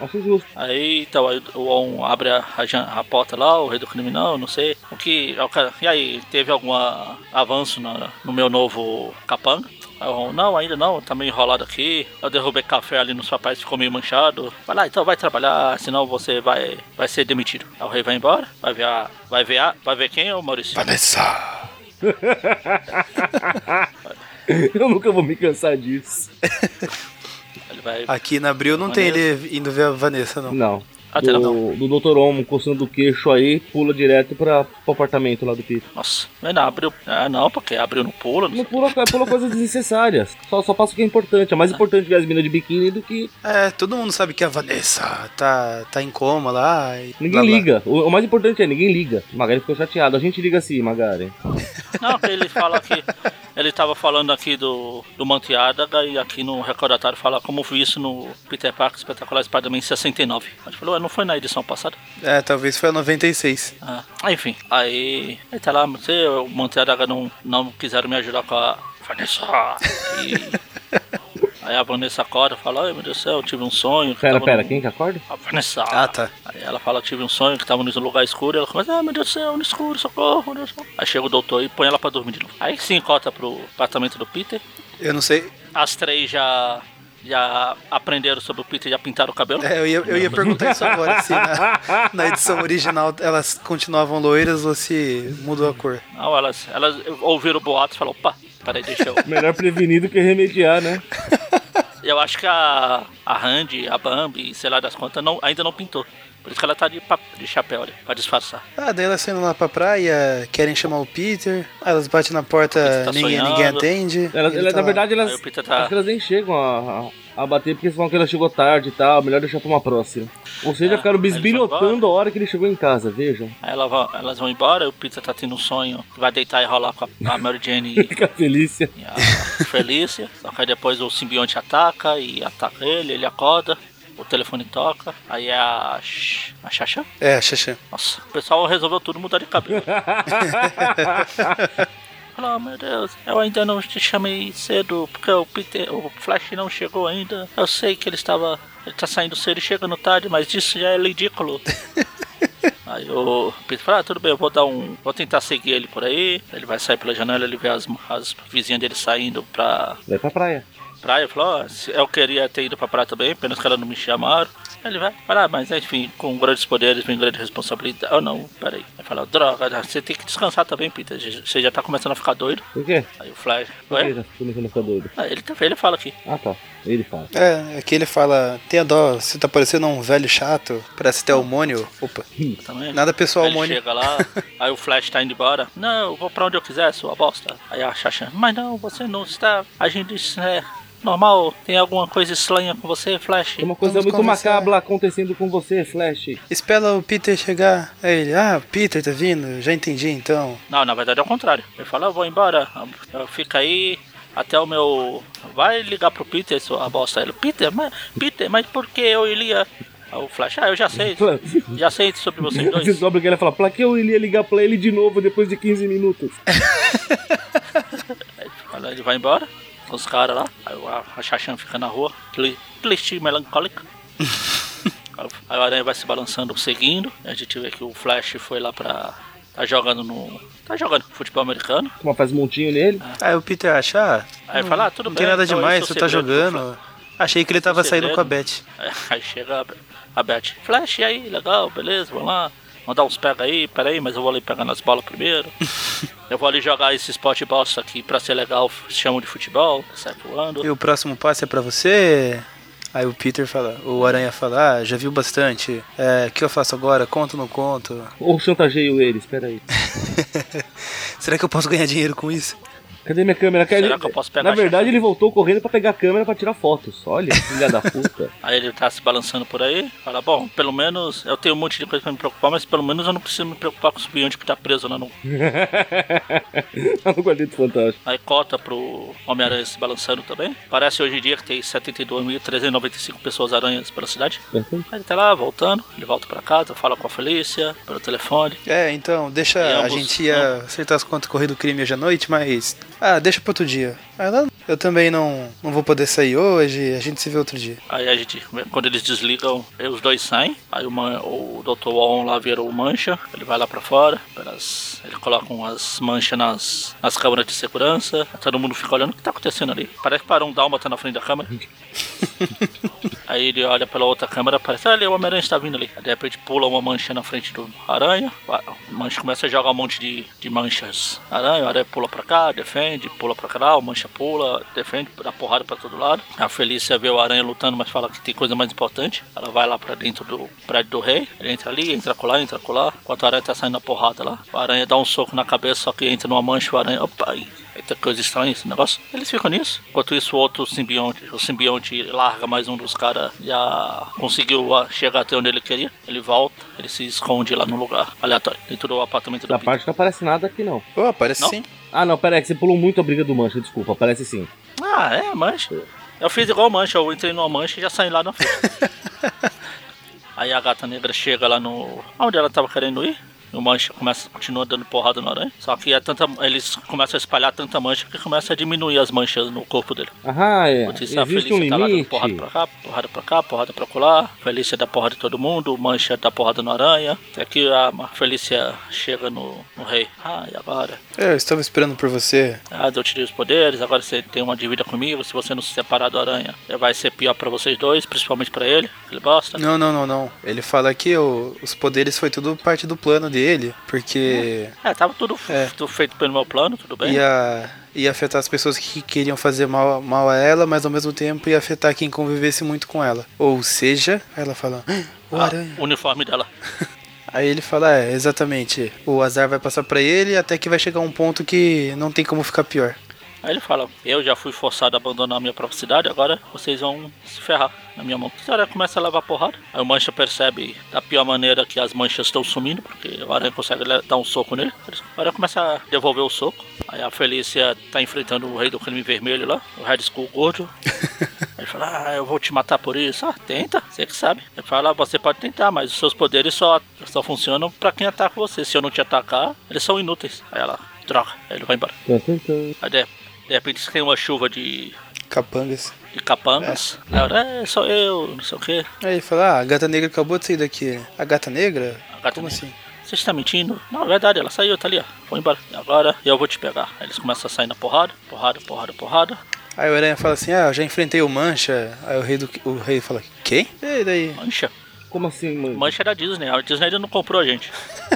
[SPEAKER 3] Acho justo.
[SPEAKER 1] Aí então aí o On abre a, a jan- a porta lá, o rei do criminal, não sei. é O que. o cara- E aí, teve algum a- avanço na- no meu novo capanga? Aí o Ron, não, ainda não, tá meio enrolado aqui. Eu derrubei café ali nos papéis, ficou meio manchado. Vai lá, então vai trabalhar, senão você vai, vai ser demitido. Aí o rei vai embora, vai ver a. Vai ver a. Vai ver quem, ô Maurício?
[SPEAKER 2] Vanessa!
[SPEAKER 3] Eu nunca vou me cansar disso.
[SPEAKER 1] Ele vai.
[SPEAKER 2] Aqui na Abril não tem ele indo ver a Vanessa, não.
[SPEAKER 3] Não.
[SPEAKER 1] Até
[SPEAKER 3] Do, do Dr. Homo coçando o queixo aí, pula direto pra, pro apartamento lá do Peter.
[SPEAKER 1] Nossa, mas não abriu. Ah, não, porque abriu no pulo.
[SPEAKER 3] Não pula, pula coisas desnecessárias. Só, só passa o que é importante. É mais importante ver as minas de biquíni do que
[SPEAKER 2] É, todo mundo sabe que a Vanessa tá, tá em coma lá. e blá,
[SPEAKER 3] Ninguém
[SPEAKER 2] blá.
[SPEAKER 3] liga. O, o mais importante é, ninguém liga. O Magari ficou chateado. A gente liga sim, Magari.
[SPEAKER 1] Não, que ele fala que. Ele tava falando aqui do, do Mantiádaga e aqui no recordatório fala como vi isso no Peter Parker Espetacular Spider-Man 69. A gente falou, "Ué, não foi na edição passada?
[SPEAKER 2] É, talvez foi a 96.
[SPEAKER 1] Ah, enfim, aí. Aí tá lá, você, o Mantiádaga não, não quiseram me ajudar com a Vanessa. E- aí a Vanessa acorda e fala, ai meu Deus do céu, eu tive um sonho. que
[SPEAKER 3] Pera,
[SPEAKER 1] tava
[SPEAKER 3] pera,
[SPEAKER 1] num-
[SPEAKER 3] quem que acorda?
[SPEAKER 1] A Vanessa.
[SPEAKER 2] Ah, tá.
[SPEAKER 1] Aí ela fala que tive um sonho que tava num lugar escuro. E ela começa, ah, meu Deus do céu, no escuro, socorro, meu Deus do céu. Aí chega o doutor e põe ela pra dormir de novo. Aí sim, cota pro apartamento do Peter.
[SPEAKER 2] Eu não sei.
[SPEAKER 1] As três já, já aprenderam sobre o Peter, já pintaram o cabelo.
[SPEAKER 2] É, eu ia, eu ia perguntar isso agora, se na, na edição original elas continuavam loiras ou se mudou a cor.
[SPEAKER 1] Não, elas, elas ouviram o boato e falaram, opa, peraí, deixa eu...
[SPEAKER 3] Melhor prevenir do que remediar, né?
[SPEAKER 1] eu acho que a, a Randy, a Bambi, sei lá das contas, não, ainda não pintou. Por isso que ela tá de, pa- de chapéu ali, pra disfarçar.
[SPEAKER 2] Ah, daí elas saindo lá pra praia, querem chamar o Peter, elas batem na porta,
[SPEAKER 1] Peter tá
[SPEAKER 2] ninguém,
[SPEAKER 1] sonhando.
[SPEAKER 2] ninguém atende.
[SPEAKER 3] Ela,
[SPEAKER 2] ele
[SPEAKER 3] ela-
[SPEAKER 2] tá
[SPEAKER 3] na
[SPEAKER 2] lá.
[SPEAKER 3] verdade, elas,
[SPEAKER 1] Aí o Peter tá-
[SPEAKER 3] acho que elas nem chegam a, a, a bater porque eles falam que ela chegou tarde e tal. Melhor deixar pra uma próxima. Ou seja,
[SPEAKER 1] É,
[SPEAKER 3] ficaram
[SPEAKER 1] eles vão
[SPEAKER 3] bisbilhotando a hora que ele chegou em casa, vejam.
[SPEAKER 1] Aí ela va- elas vão embora, o Peter tá tendo um sonho, vai deitar e rolar com a, a Mary Jane e-
[SPEAKER 3] Fica Felícia.
[SPEAKER 1] E a Felícia. Só que aí depois o simbionte ataca e ataca ele, ele acorda, o telefone toca, aí é a. Sh- A Xaxã?
[SPEAKER 2] É, Xaxã.
[SPEAKER 1] Nossa, o pessoal resolveu tudo mudar de cabelo. Falou, "Oh, meu Deus, eu ainda não te chamei cedo, porque o Peter, o Flash não chegou ainda. Eu sei que ele estava. Ele tá saindo cedo e chegando tarde, mas isso já é ridículo. Aí o Peter fala, ah, tudo bem, eu vou dar um. Vou tentar seguir ele por aí. Ele vai sair pela janela, ele vê as, as vizinhas dele saindo pra
[SPEAKER 3] Vai pra praia.
[SPEAKER 1] praia, falou, ó, se- eu queria ter ido pra praia também, apenas que ela não me chamaram. Ele vai, falar, mas enfim, com grandes poderes vem grande responsabilidade. Oh não, peraí. Aí fala, droga, você tem que descansar também, Peter. já- Você já tá começando a ficar doido.
[SPEAKER 3] Por quê?
[SPEAKER 1] Aí o Flash,
[SPEAKER 3] Por que
[SPEAKER 1] ué?
[SPEAKER 3] já começando a ficar doido?
[SPEAKER 1] Ah, ele, tá- ele fala aqui.
[SPEAKER 3] Ah, tá. Ele fala.
[SPEAKER 2] É, aqui ele fala, tenha dó, você tá parecendo um velho chato, parece até homônio. Opa,
[SPEAKER 3] Hum.
[SPEAKER 1] Também.
[SPEAKER 2] nada pessoal,
[SPEAKER 1] Aí ele
[SPEAKER 2] homônio.
[SPEAKER 1] chega lá, aí o Flash tá indo embora. Não, eu vou pra onde eu quiser, sua bosta. Aí a Xaxã, mas não, você não está agindo isso, é normal. Tem alguma coisa estranha com você, Flash?
[SPEAKER 3] Tem uma coisa
[SPEAKER 2] Vamos
[SPEAKER 3] muito
[SPEAKER 2] conversar.
[SPEAKER 3] macabra acontecendo com você, Flash.
[SPEAKER 2] Espera o Peter chegar. Aí ele, ah, Peter tá vindo, já entendi então.
[SPEAKER 1] Não, na verdade é o contrário. Ele fala, eu vou embora, eu- fica aí até o meu. Vai ligar pro Peter, sua bosta. Ele, Peter, mas Peter, mas por que eu iria? Aí o Flash, ah, eu já sei. Já sei sobre vocês
[SPEAKER 3] Você
[SPEAKER 1] dois.
[SPEAKER 3] descobre que ele fala, pra que eu iria ligar pra ele de novo depois de 15 minutos?
[SPEAKER 2] É.
[SPEAKER 1] Aí ele vai embora com os caras lá. Aí a- a Xaxã fica na rua, tli- triste e melancólica. Aí o- Aí o Aranha vai se balançando, seguindo. A gente vê que o Flash foi lá pra. Tá jogando no. Tá jogando futebol americano.
[SPEAKER 3] Uma faz um montinho nele.
[SPEAKER 2] Aí o Peter acha, ah,
[SPEAKER 1] Aí ele fala, ah, tudo
[SPEAKER 2] não
[SPEAKER 1] bem.
[SPEAKER 2] tem nada
[SPEAKER 1] então esse
[SPEAKER 2] demais,
[SPEAKER 1] é
[SPEAKER 2] você
[SPEAKER 1] o
[SPEAKER 2] tá
[SPEAKER 1] segredo do
[SPEAKER 2] jogando. Achei que ele tava
[SPEAKER 1] Esse é o
[SPEAKER 2] saindo com a
[SPEAKER 1] segredo.
[SPEAKER 2] Beth.
[SPEAKER 1] É, Aí chega a, a Beth. Flash, e aí, legal, beleza, vamos lá. Mandar uns pega aí, peraí, mas eu vou ali pegar nas bolas primeiro. eu vou ali jogar esse esporte bosta aqui pra ser legal, f- chamam de futebol, sai voando.
[SPEAKER 2] E o próximo passo é pra você? Aí o Peter fala, o Aranha fala, ah, já viu bastante. É, o que eu faço agora? Conto ou não conto?
[SPEAKER 3] Ou chantageio ele, espera aí.
[SPEAKER 2] Será que eu posso ganhar dinheiro com isso?
[SPEAKER 3] Cadê minha câmera? Cadê-
[SPEAKER 1] Será que eu posso pegar
[SPEAKER 3] Na
[SPEAKER 1] a
[SPEAKER 3] verdade,
[SPEAKER 1] chave?
[SPEAKER 3] ele voltou correndo pra pegar a câmera pra tirar fotos. Olha, filha da puta.
[SPEAKER 1] Aí ele tá se balançando por aí, fala, bom, pelo menos eu tenho um monte de coisa pra me preocupar, mas pelo menos eu não preciso me preocupar com o simbionte que tá preso lá no.
[SPEAKER 3] Tá no Quarteto Fantástico.
[SPEAKER 1] Aí cota pro Homem-Aranha se balançando também. Parece hoje em dia que tem 72.395 pessoas aranhas pela cidade. Aí ele tá lá, voltando, ele volta pra casa, fala com a Felícia, pelo telefone.
[SPEAKER 2] É, então, deixa.
[SPEAKER 1] E
[SPEAKER 2] a
[SPEAKER 1] ambos, né?
[SPEAKER 2] gente ia acertar as contas correr do crime hoje à noite, mas. Ah, deixa pra outro dia. Aí ela, Eu também não, não vou poder sair hoje, a gente se vê outro dia.
[SPEAKER 1] Aí a gente, quando eles desligam, aí os dois saem. Aí o, man- o Dr. Wong lá virou mancha, ele vai lá pra fora, pelas- ele coloca umas manchas nas, nas câmeras de segurança. Todo mundo fica olhando o que tá acontecendo ali. Parece que parou um dálmata na frente da câmera. Aí ele olha pela outra câmera, parece, ah, ali o Homem-Aranha está vindo ali. Aí, de repente pula uma mancha na frente do aranha, a mancha começa a jogar um monte de, de manchas. Aranha, o aranha pula pra cá, defende, pula pra cá, lá, o mancha pula, defende, dá porrada pra todo lado. A Felícia vê o aranha lutando, mas fala que tem coisa mais importante. Ela vai lá pra dentro do prédio do rei, ele entra ali, entra colar, entra colar. Enquanto a aranha tá saindo a porrada lá, o aranha dá um soco na cabeça, só que entra numa mancha, o aranha, opa, e- Eita, coisa estranha esse negócio. Eles ficam nisso. Enquanto isso, o outro simbionte, o simbionte larga mais um dos caras, já conseguiu ah, chegar até onde ele queria. Ele volta, ele se esconde lá no lugar aleatório, dentro do apartamento
[SPEAKER 3] Da
[SPEAKER 1] do Peter.
[SPEAKER 3] parte não aparece nada aqui não.
[SPEAKER 2] Pô, aparece
[SPEAKER 1] Não?
[SPEAKER 2] sim.
[SPEAKER 3] Ah não, pera aí, que você pulou muito a briga do Mancha, desculpa, aparece sim.
[SPEAKER 1] Ah, é, mancha. Eu fiz igual mancha, eu entrei numa mancha e já saí lá na frente. Aí a gata negra chega lá no. Onde ela tava querendo ir? E o mancha começa, continua dando porrada no aranha. Só que é tanta, eles começam a espalhar tanta mancha que começa a diminuir as manchas no corpo dele.
[SPEAKER 3] Aham, é.
[SPEAKER 1] Notícia, a
[SPEAKER 3] Existe
[SPEAKER 1] Felícia
[SPEAKER 3] um
[SPEAKER 1] tá lá dando
[SPEAKER 3] limite.
[SPEAKER 1] porrada pra cá, porrada pra cá, porrada pra colar. Felícia dá porrada em todo mundo, Mancha dá porrada no Aranha. Até que a Ma- Felícia chega no, no rei. Ah, e agora?
[SPEAKER 2] É, Eu estava esperando por você.
[SPEAKER 1] Ah, eu te dei os poderes, agora você tem uma dívida comigo. Se você não se separar do Aranha, é, vai ser pior pra vocês dois, principalmente pra ele. Ele bosta.
[SPEAKER 2] Não, não, não, não. Ele fala que o- os poderes foi tudo parte do plano dele, porque
[SPEAKER 1] É, tava tudo, f-
[SPEAKER 2] É.
[SPEAKER 1] tudo feito pelo meu plano, tudo bem.
[SPEAKER 2] ia,
[SPEAKER 1] É.
[SPEAKER 2] ia afetar as pessoas que queriam fazer mal, mal a ela, mas ao mesmo tempo ia afetar quem convivesse muito com ela. Ou seja, ela fala, "Ah, o
[SPEAKER 1] Ah,
[SPEAKER 2] aranha.
[SPEAKER 1] o uniforme dela.
[SPEAKER 2] Aí ele fala, é, exatamente. O azar vai passar pra ele até que vai chegar um ponto que não tem como ficar pior.
[SPEAKER 1] Aí ele fala: Eu já fui forçado a abandonar a minha própria cidade, agora vocês vão se ferrar na minha mão. O aranha começa a levar porrada. Aí o Mancha percebe da pior maneira que as manchas estão sumindo, porque o aranha consegue le- dar um soco nele. O aranha começa a devolver o soco. Aí a Felícia tá enfrentando o rei do crime vermelho lá, o Red Skull Gordo. Ele fala, ah, eu vou te matar por isso. Ah, tenta, você que sabe. Ele fala, "Ah, você pode tentar, mas os seus poderes só, só funcionam pra quem ataca você. Se eu não te atacar, eles são inúteis. Aí ela, droga, aí ele vai embora.
[SPEAKER 3] Tum, tum, tum.
[SPEAKER 1] Aí Ah, de, de repente tem uma chuva de,
[SPEAKER 2] Capangas.
[SPEAKER 1] de capangas. Aí ela, é, sou eu, não sei o que.
[SPEAKER 2] Aí ele fala, ah, a gata negra acabou de sair daqui. A gata negra?
[SPEAKER 1] A gata
[SPEAKER 2] como
[SPEAKER 1] negra.
[SPEAKER 2] assim?
[SPEAKER 1] Você está mentindo? Não, é verdade, ela saiu, tá ali, ó. Foi embora. E agora eu vou te pegar. Aí eles começam a sair na porrada, porrada, porrada, porrada.
[SPEAKER 2] Aí o aranha fala assim, ah, eu já enfrentei o Mancha. Aí o rei, do, o rei fala, quem? E daí?
[SPEAKER 1] Mancha.
[SPEAKER 3] Como assim, mano?
[SPEAKER 1] Mancha era Disney. A Disney ainda não comprou a gente.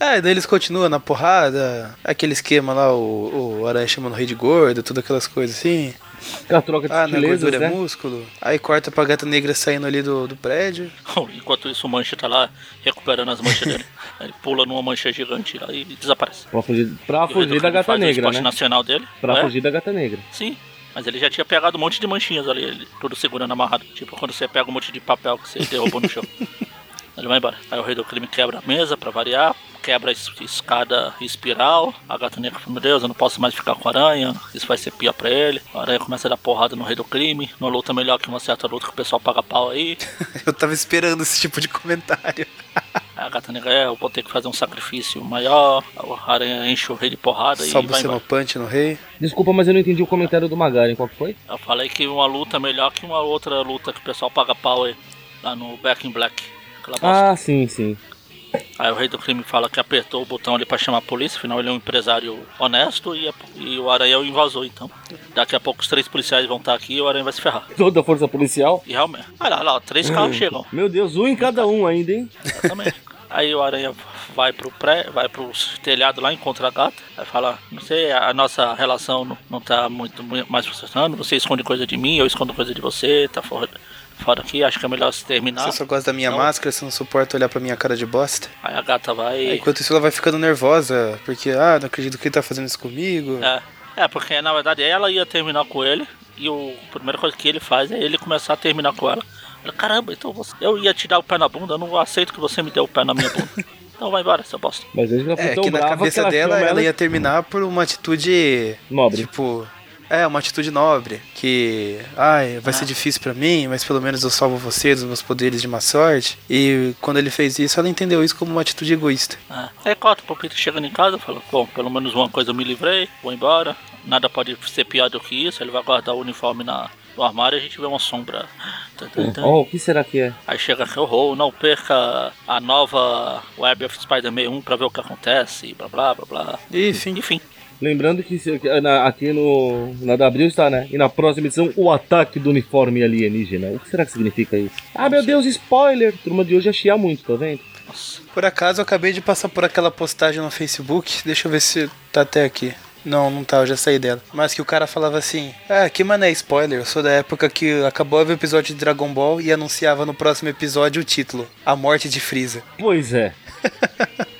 [SPEAKER 2] É, daí eles continuam na porrada, aquele esquema lá, o, o aranha chamando o rei de gordo, todas aquelas coisas assim.
[SPEAKER 3] Aquela troca de
[SPEAKER 2] Ah, na
[SPEAKER 3] sutilezas,
[SPEAKER 2] gordura é
[SPEAKER 3] né?
[SPEAKER 2] músculo. Aí corta pra gata negra saindo ali do, do prédio.
[SPEAKER 1] Enquanto isso, o Mancha tá lá recuperando as manchas dele. Aí ele pula numa mancha gigante lá e desaparece.
[SPEAKER 3] Pra fugir, pra
[SPEAKER 1] E o
[SPEAKER 3] fugir da
[SPEAKER 1] Reducan
[SPEAKER 3] gata
[SPEAKER 1] faz o
[SPEAKER 3] negra,
[SPEAKER 1] um esporte
[SPEAKER 3] né?
[SPEAKER 1] nacional dele.
[SPEAKER 3] Pra
[SPEAKER 1] né?
[SPEAKER 3] fugir da gata negra.
[SPEAKER 1] Sim, mas ele já tinha pegado um monte de manchinhas ali, ele, tudo segurando amarrado. Tipo quando você pega um monte de papel que você derrubou no chão. Ele vai embora. Aí o rei do crime quebra a mesa pra variar, quebra a es- escada espiral. A gata negra fala, meu Deus, eu não posso mais ficar com a aranha, isso vai ser pior pra ele. A aranha começa a dar porrada no rei do crime, numa luta é melhor que uma certa luta que o pessoal paga pau aí.
[SPEAKER 2] eu tava esperando esse tipo de comentário.
[SPEAKER 1] Aí a gata negra, é, eu vou ter que fazer um sacrifício maior. A aranha enche o rei de porrada
[SPEAKER 2] Só
[SPEAKER 1] e vai
[SPEAKER 2] você
[SPEAKER 1] embora.
[SPEAKER 2] no punch no rei.
[SPEAKER 3] Desculpa, mas eu não entendi o comentário do Magaren, qual que foi?
[SPEAKER 1] Eu falei que uma luta é melhor que uma outra luta que o pessoal paga pau aí, lá no Back in Black. Aquela bosta.
[SPEAKER 3] Ah, sim, sim.
[SPEAKER 1] Aí o rei do crime fala que apertou o botão ali pra chamar a polícia, afinal ele é um empresário honesto e, a- e o Aranha é o invasor, então. Daqui a pouco os três policiais vão estar aqui e o Aranha vai se ferrar.
[SPEAKER 3] Toda a força policial.
[SPEAKER 1] E realmente. Olha lá, olha lá, três carros chegam.
[SPEAKER 3] Meu Deus, um em cada um ainda, hein?
[SPEAKER 1] Exatamente. Aí o Aranha vai pro pré, vai pro telhado lá, encontra a gata, vai falar, não sei, a a nossa relação não, não tá muito mu- mais funcionando, você esconde coisa de mim, eu escondo coisa de você, tá fora, fora aqui, acho que é melhor se terminar.
[SPEAKER 2] Você só gosta da minha
[SPEAKER 1] Não.
[SPEAKER 2] máscara, você não suporta olhar pra minha cara de bosta.
[SPEAKER 1] Aí a gata vai.
[SPEAKER 2] Enquanto isso, ela vai ficando nervosa, porque, ah, não acredito que ele tá fazendo isso comigo.
[SPEAKER 1] É, é, porque na verdade ela ia terminar com ele, e o a primeira coisa que ele faz é ele começar a terminar com ela. Ela, caramba, então você, eu ia te dar o pé na bunda, eu não aceito que você me deu o pé na minha bunda. então vai embora, seu bosta.
[SPEAKER 3] Mas desde que ela um foi
[SPEAKER 2] É,
[SPEAKER 3] tão
[SPEAKER 2] que na
[SPEAKER 3] brava que
[SPEAKER 2] cabeça
[SPEAKER 3] ela
[SPEAKER 2] dela
[SPEAKER 3] chama
[SPEAKER 2] ela
[SPEAKER 3] ela...
[SPEAKER 2] ia terminar por uma atitude.
[SPEAKER 3] Nobre.
[SPEAKER 2] Tipo. É, uma atitude nobre. Que, ai, vai
[SPEAKER 1] Ah.
[SPEAKER 2] ser difícil pra mim, mas pelo menos eu salvo você dos meus poderes de má sorte. E quando ele fez isso, ela entendeu isso como uma atitude egoísta.
[SPEAKER 1] Ah, Aí corta pro Peter chegando em casa, fala, bom, pelo menos uma coisa eu me livrei, vou embora. Nada pode ser pior do que isso, ele vai guardar o uniforme na, no armário e a gente vê uma sombra. Tá, Tan, tan, tan.
[SPEAKER 3] Oh, o que será que é?
[SPEAKER 1] Aí chega aqui, horror, não perca a nova Web of Spider-Man 1 pra ver o que acontece, blá blá blá blá.
[SPEAKER 2] E, enfim,
[SPEAKER 1] Enfim,
[SPEAKER 3] Lembrando que se- que na- aqui no na da Abril está, né? E na próxima edição, o ataque do uniforme alienígena. O que será que significa isso? Ah, meu Deus, spoiler! Turma de hoje é chiar muito, tá vendo?
[SPEAKER 1] nossa,
[SPEAKER 2] por acaso eu acabei de passar por aquela postagem no Facebook. Deixa eu ver se tá até aqui. Não, não tá, eu já saí dela. Mas que o cara falava assim: Ah, que mané spoiler, eu sou da época que acabava o episódio de Dragon Ball e anunciava no próximo episódio o título: A Morte de Freeza.
[SPEAKER 3] Pois é.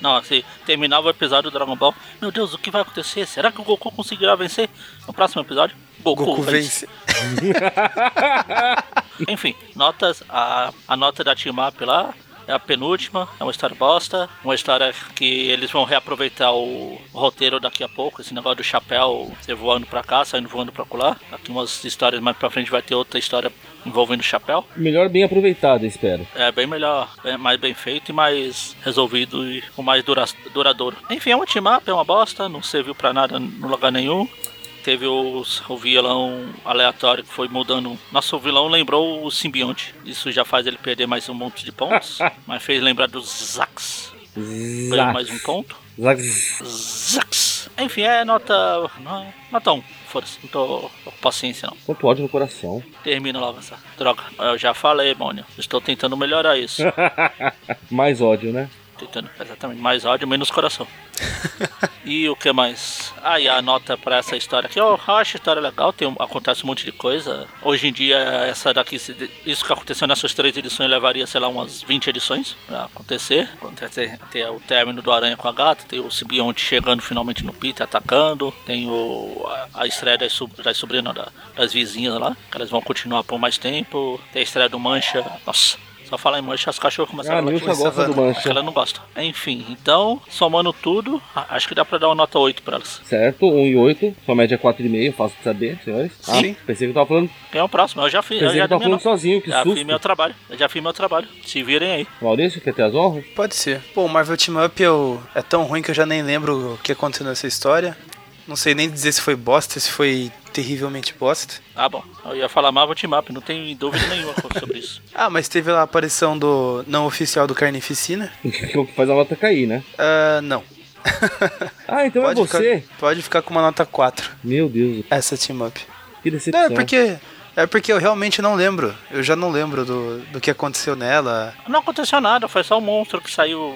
[SPEAKER 1] não, assim, terminava o episódio do Dragon Ball. Meu Deus, o que vai acontecer? Será que o Goku conseguirá vencer? No próximo episódio, Goku,
[SPEAKER 2] Goku
[SPEAKER 1] vence.
[SPEAKER 2] vence.
[SPEAKER 1] Enfim, notas. A, a nota da Team Up lá é a penúltima. É uma história bosta. Uma história que eles vão reaproveitar o roteiro daqui a pouco. Esse negócio do chapéu você voando pra cá, saindo voando pra lá. Aqui umas histórias mais pra frente vai ter outra história envolvendo o chapéu.
[SPEAKER 3] Melhor bem aproveitado, espero.
[SPEAKER 1] É bem melhor, é mais bem feito e mais resolvido e com mais dura duradouro. Enfim, é um team up, é uma bosta, não serviu pra nada no lugar nenhum. Teve os, o vilão aleatório que foi mudando. Nosso vilão lembrou o simbionte. Isso já faz ele perder mais um monte de pontos. mas fez lembrar do Zax. Ganhou mais um ponto.
[SPEAKER 3] Zax.
[SPEAKER 1] Zax. Enfim, é nota. não, Nota 1. Foda-se, não tô tô com paciência não.
[SPEAKER 3] Quanto ódio no coração.
[SPEAKER 1] Termina logo essa. Droga, eu já falei, Mônio. Estou tentando melhorar isso.
[SPEAKER 3] mais ódio, né?
[SPEAKER 1] Tentando, exatamente, mais áudio, menos coração. e o que mais? Ah, e a nota pra essa história aqui, eu acho a história legal, tem, um- acontece um monte de coisa. Hoje em dia, essa daqui, se de- isso que aconteceu nessas três edições levaria, sei lá, umas 20 edições pra acontecer. Acontece, tem o término do Aranha com a Gata, tem o Simbionte chegando finalmente no Peter, atacando, tem o, a, a estreia das, so- das sobrinhas, não, da- das vizinhas lá, que elas vão continuar por mais tempo, tem a estreia do Mancha, nossa... Só falar em mancha, as cachorras começaram
[SPEAKER 3] Ah, a
[SPEAKER 1] a latir.
[SPEAKER 3] Nilson gosta do
[SPEAKER 1] Acho que
[SPEAKER 3] Mancha.
[SPEAKER 1] ela não gosta. Enfim, então, somando tudo, a- acho que dá pra dar uma nota 8 pra elas.
[SPEAKER 3] Certo, 1 e 8. Sua média é 4,5, faço pra saber, senhores.
[SPEAKER 2] Sim.
[SPEAKER 3] Ah, pensei que eu tava falando,
[SPEAKER 1] Quem é o próximo? Eu já fiz. Eu
[SPEAKER 3] pensei que
[SPEAKER 1] já
[SPEAKER 3] eu
[SPEAKER 1] dei
[SPEAKER 3] tava
[SPEAKER 1] minha
[SPEAKER 3] tá falando
[SPEAKER 1] nota.
[SPEAKER 3] sozinho, que
[SPEAKER 1] Já fiz meu
[SPEAKER 3] susto.
[SPEAKER 1] trabalho. Eu já fiz meu trabalho. Se virem aí.
[SPEAKER 3] Maurício, quer ter as honras?
[SPEAKER 2] Pode ser. Bom, Marvel Team Up eu- é tão ruim que eu já nem lembro o que aconteceu nessa história. Não sei nem dizer se foi bosta, se foi terrivelmente bosta.
[SPEAKER 1] Ah, bom. Eu ia falar Marvel Team Up, não tenho dúvida nenhuma sobre isso.
[SPEAKER 2] Ah, mas teve lá a aparição do não oficial do Carnificina?
[SPEAKER 3] Que é o que faz a nota cair, né?
[SPEAKER 2] Ah, não.
[SPEAKER 3] Ah, então é você?
[SPEAKER 2] Ficar, pode ficar com uma nota 4,
[SPEAKER 3] Meu Deus,
[SPEAKER 2] essa Team Up.
[SPEAKER 3] que
[SPEAKER 2] Não,
[SPEAKER 3] decepção.
[SPEAKER 2] é porque, é porque eu realmente não lembro. Eu já não lembro do, do que aconteceu nela.
[SPEAKER 1] Não aconteceu nada, foi só um monstro que saiu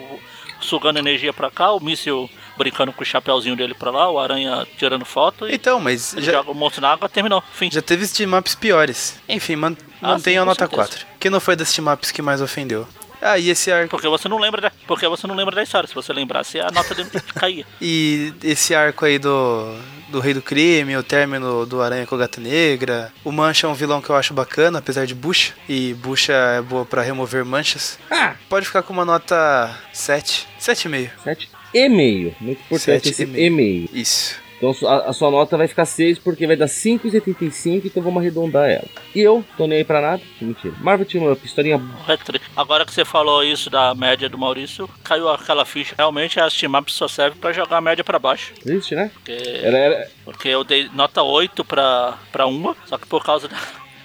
[SPEAKER 1] sugando energia pra cá, o míssil brincando com o chapéuzinho dele pra lá, o aranha tirando foto e
[SPEAKER 2] Então, mas já,
[SPEAKER 1] joga o monstro na água, terminou. Fim.
[SPEAKER 2] já teve Team Ups piores. Enfim, man,
[SPEAKER 1] Ah,
[SPEAKER 2] mantenha
[SPEAKER 1] sim,
[SPEAKER 2] a
[SPEAKER 1] com
[SPEAKER 2] nota
[SPEAKER 1] certeza.
[SPEAKER 2] 4. Que não foi das Team Ups que mais ofendeu. Ah, e esse arco
[SPEAKER 1] Porque você não lembra da, porque você não lembra da história. Se você lembrasse, a nota dele caía.
[SPEAKER 2] E esse arco aí do, do Rei do Crime, o término do Aranha com a Gata Negra. O Mancha é um vilão que eu acho bacana, apesar de bucha. E bucha é boa pra remover manchas.
[SPEAKER 3] Ah!
[SPEAKER 2] Pode ficar com uma nota 7. 7,5.
[SPEAKER 3] 7 e meio. Muito importante
[SPEAKER 2] Sete
[SPEAKER 3] esse
[SPEAKER 2] e meio.
[SPEAKER 3] e meio.
[SPEAKER 2] Isso.
[SPEAKER 3] Então a, a sua nota vai ficar 6 porque vai dar 5,75, então vamos arredondar ela. E eu, tô nem aí pra nada. Mentira. Marvel Team Up, historinha
[SPEAKER 1] É tri- Agora que você falou isso da média do Maurício, caiu aquela ficha. Realmente as team-ups só serve pra jogar a média pra baixo.
[SPEAKER 3] triste, né?
[SPEAKER 1] Porque,
[SPEAKER 3] Era, era-
[SPEAKER 1] porque eu dei nota 8 pra, pra uma, só que por causa da,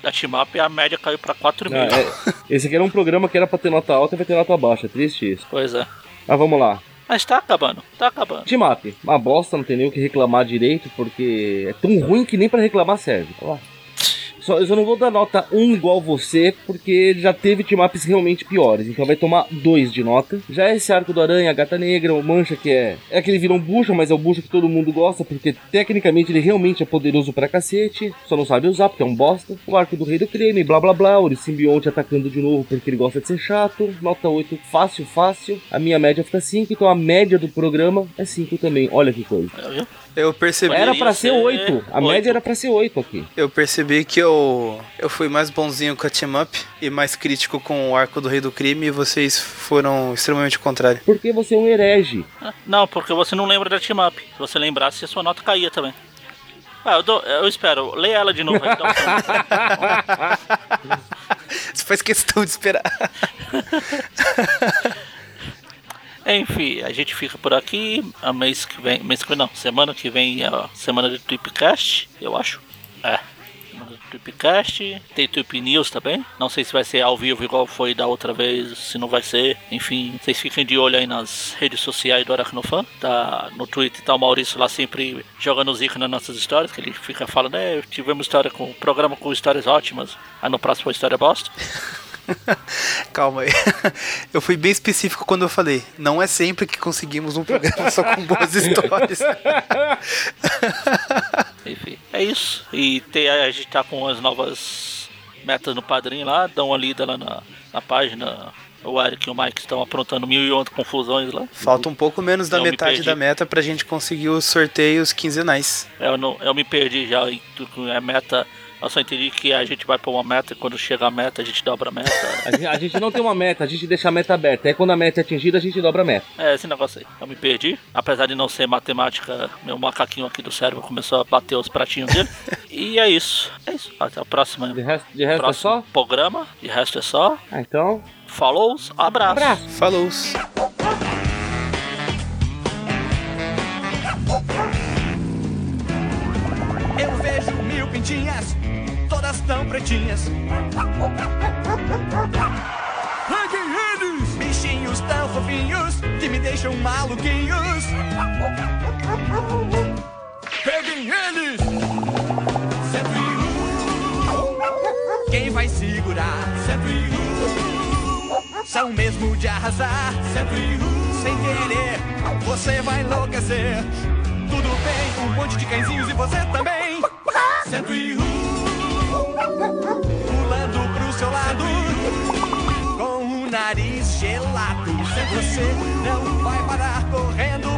[SPEAKER 1] da team-up a média caiu pra
[SPEAKER 3] não,
[SPEAKER 1] 4,5.
[SPEAKER 3] é- esse aqui era um programa que era pra ter nota alta e vai ter nota baixa. Triste isso.
[SPEAKER 1] Pois é.
[SPEAKER 3] Mas vamos lá.
[SPEAKER 1] Mas tá acabando, tá acabando.
[SPEAKER 3] Team Up, uma bosta, não tem nem o que reclamar direito, porque é tão ruim que nem pra reclamar serve. Olha lá. Só, eu só não vou dar nota 1 igual você, porque já teve team ups realmente piores, então vai tomar 2 de nota. Já esse arco do Aranha, a Gata Negra, o Mancha, que é, é aquele vilão bucha, mas é o bucha que todo mundo gosta, porque tecnicamente ele realmente é poderoso pra cacete, só não sabe usar, porque é um bosta. O arco do Rei do Creme, blá blá blá, o simbionte atacando de novo porque ele gosta de ser chato. Nota 8, fácil, fácil. A minha média fica 5, então a média do programa é 5 também, olha que coisa.
[SPEAKER 1] É, Viu?
[SPEAKER 2] Eu percebi,
[SPEAKER 1] Ué?
[SPEAKER 3] Era pra ser
[SPEAKER 1] ser
[SPEAKER 3] 8, a
[SPEAKER 1] oito.
[SPEAKER 3] média era pra ser 8 aqui.
[SPEAKER 2] eu percebi que eu, eu fui mais bonzinho com a Team Up e mais crítico com o arco do Rei do Crime e vocês foram extremamente o contrário.
[SPEAKER 3] Porque você é um herege.
[SPEAKER 1] Não, porque você não lembra da team-up. Se você lembrasse, a sua nota caía também. Ah, eu, dou- eu espero. Lê ela de novo então.
[SPEAKER 2] Você faz questão de esperar.
[SPEAKER 1] Enfim, a gente fica por aqui. A mês que vem. Mês que vem não. Semana que vem é a semana do Tweepcast, eu acho. É. semana do Tweepcast. Tem Tweep News também. Não sei se vai ser ao vivo igual foi da outra vez, se não vai ser. Enfim, vocês fiquem de olho aí nas redes sociais do Aracnofan. Tá no Twitter tá o Maurício lá sempre jogando zica nas nossas histórias, que ele fica falando, é, tivemos história com programa com histórias ótimas. Aí no próximo história é bosta.
[SPEAKER 2] Calma aí. Eu fui bem específico quando eu falei. Não é sempre que conseguimos um programa só com boas histórias.
[SPEAKER 1] Enfim, é isso. E tem, a gente tá com as novas metas no padrinho lá, dá uma lida lá na, na página. O Eric e o Mike estão aprontando mil e ontem confusões lá.
[SPEAKER 2] Falta um pouco menos da
[SPEAKER 1] Não, me
[SPEAKER 2] metade
[SPEAKER 1] perdi.
[SPEAKER 2] da meta pra gente conseguir os sorteios quinzenais.
[SPEAKER 1] Eu, não, eu me perdi já em tudo que é meta. Eu só entendi que a gente vai pôr uma meta e quando chega a meta a gente dobra a meta.
[SPEAKER 3] A gente, a gente não tem uma meta, a gente deixa a meta aberta. Aí quando a meta é atingida, a gente dobra a meta.
[SPEAKER 1] é esse negócio aí. Eu me perdi. Apesar de não ser matemática, meu macaquinho aqui do cérebro começou a bater os pratinhos dele. e é isso. É isso. Até a próxima.
[SPEAKER 3] De resto, de resto é
[SPEAKER 1] Próximo
[SPEAKER 3] só?
[SPEAKER 1] programa. De resto é só.
[SPEAKER 3] Ah, então.
[SPEAKER 1] Falou,
[SPEAKER 3] Abraço!
[SPEAKER 2] Falou!
[SPEAKER 4] Eu vejo mil pintinhas, todas tão pretinhas. Pegue eles! Bichinhos tão fofinhos que me deixam maluquinhos. Peguem eles! 101. Quem vai segurar? 101. São mesmo de arrasar. 101. Sem querer, você vai enlouquecer. Tudo bem, um monte de cãezinhos e você também. 101. Pulando pro seu lado. Com o nariz gelado. Você não vai parar correndo. um.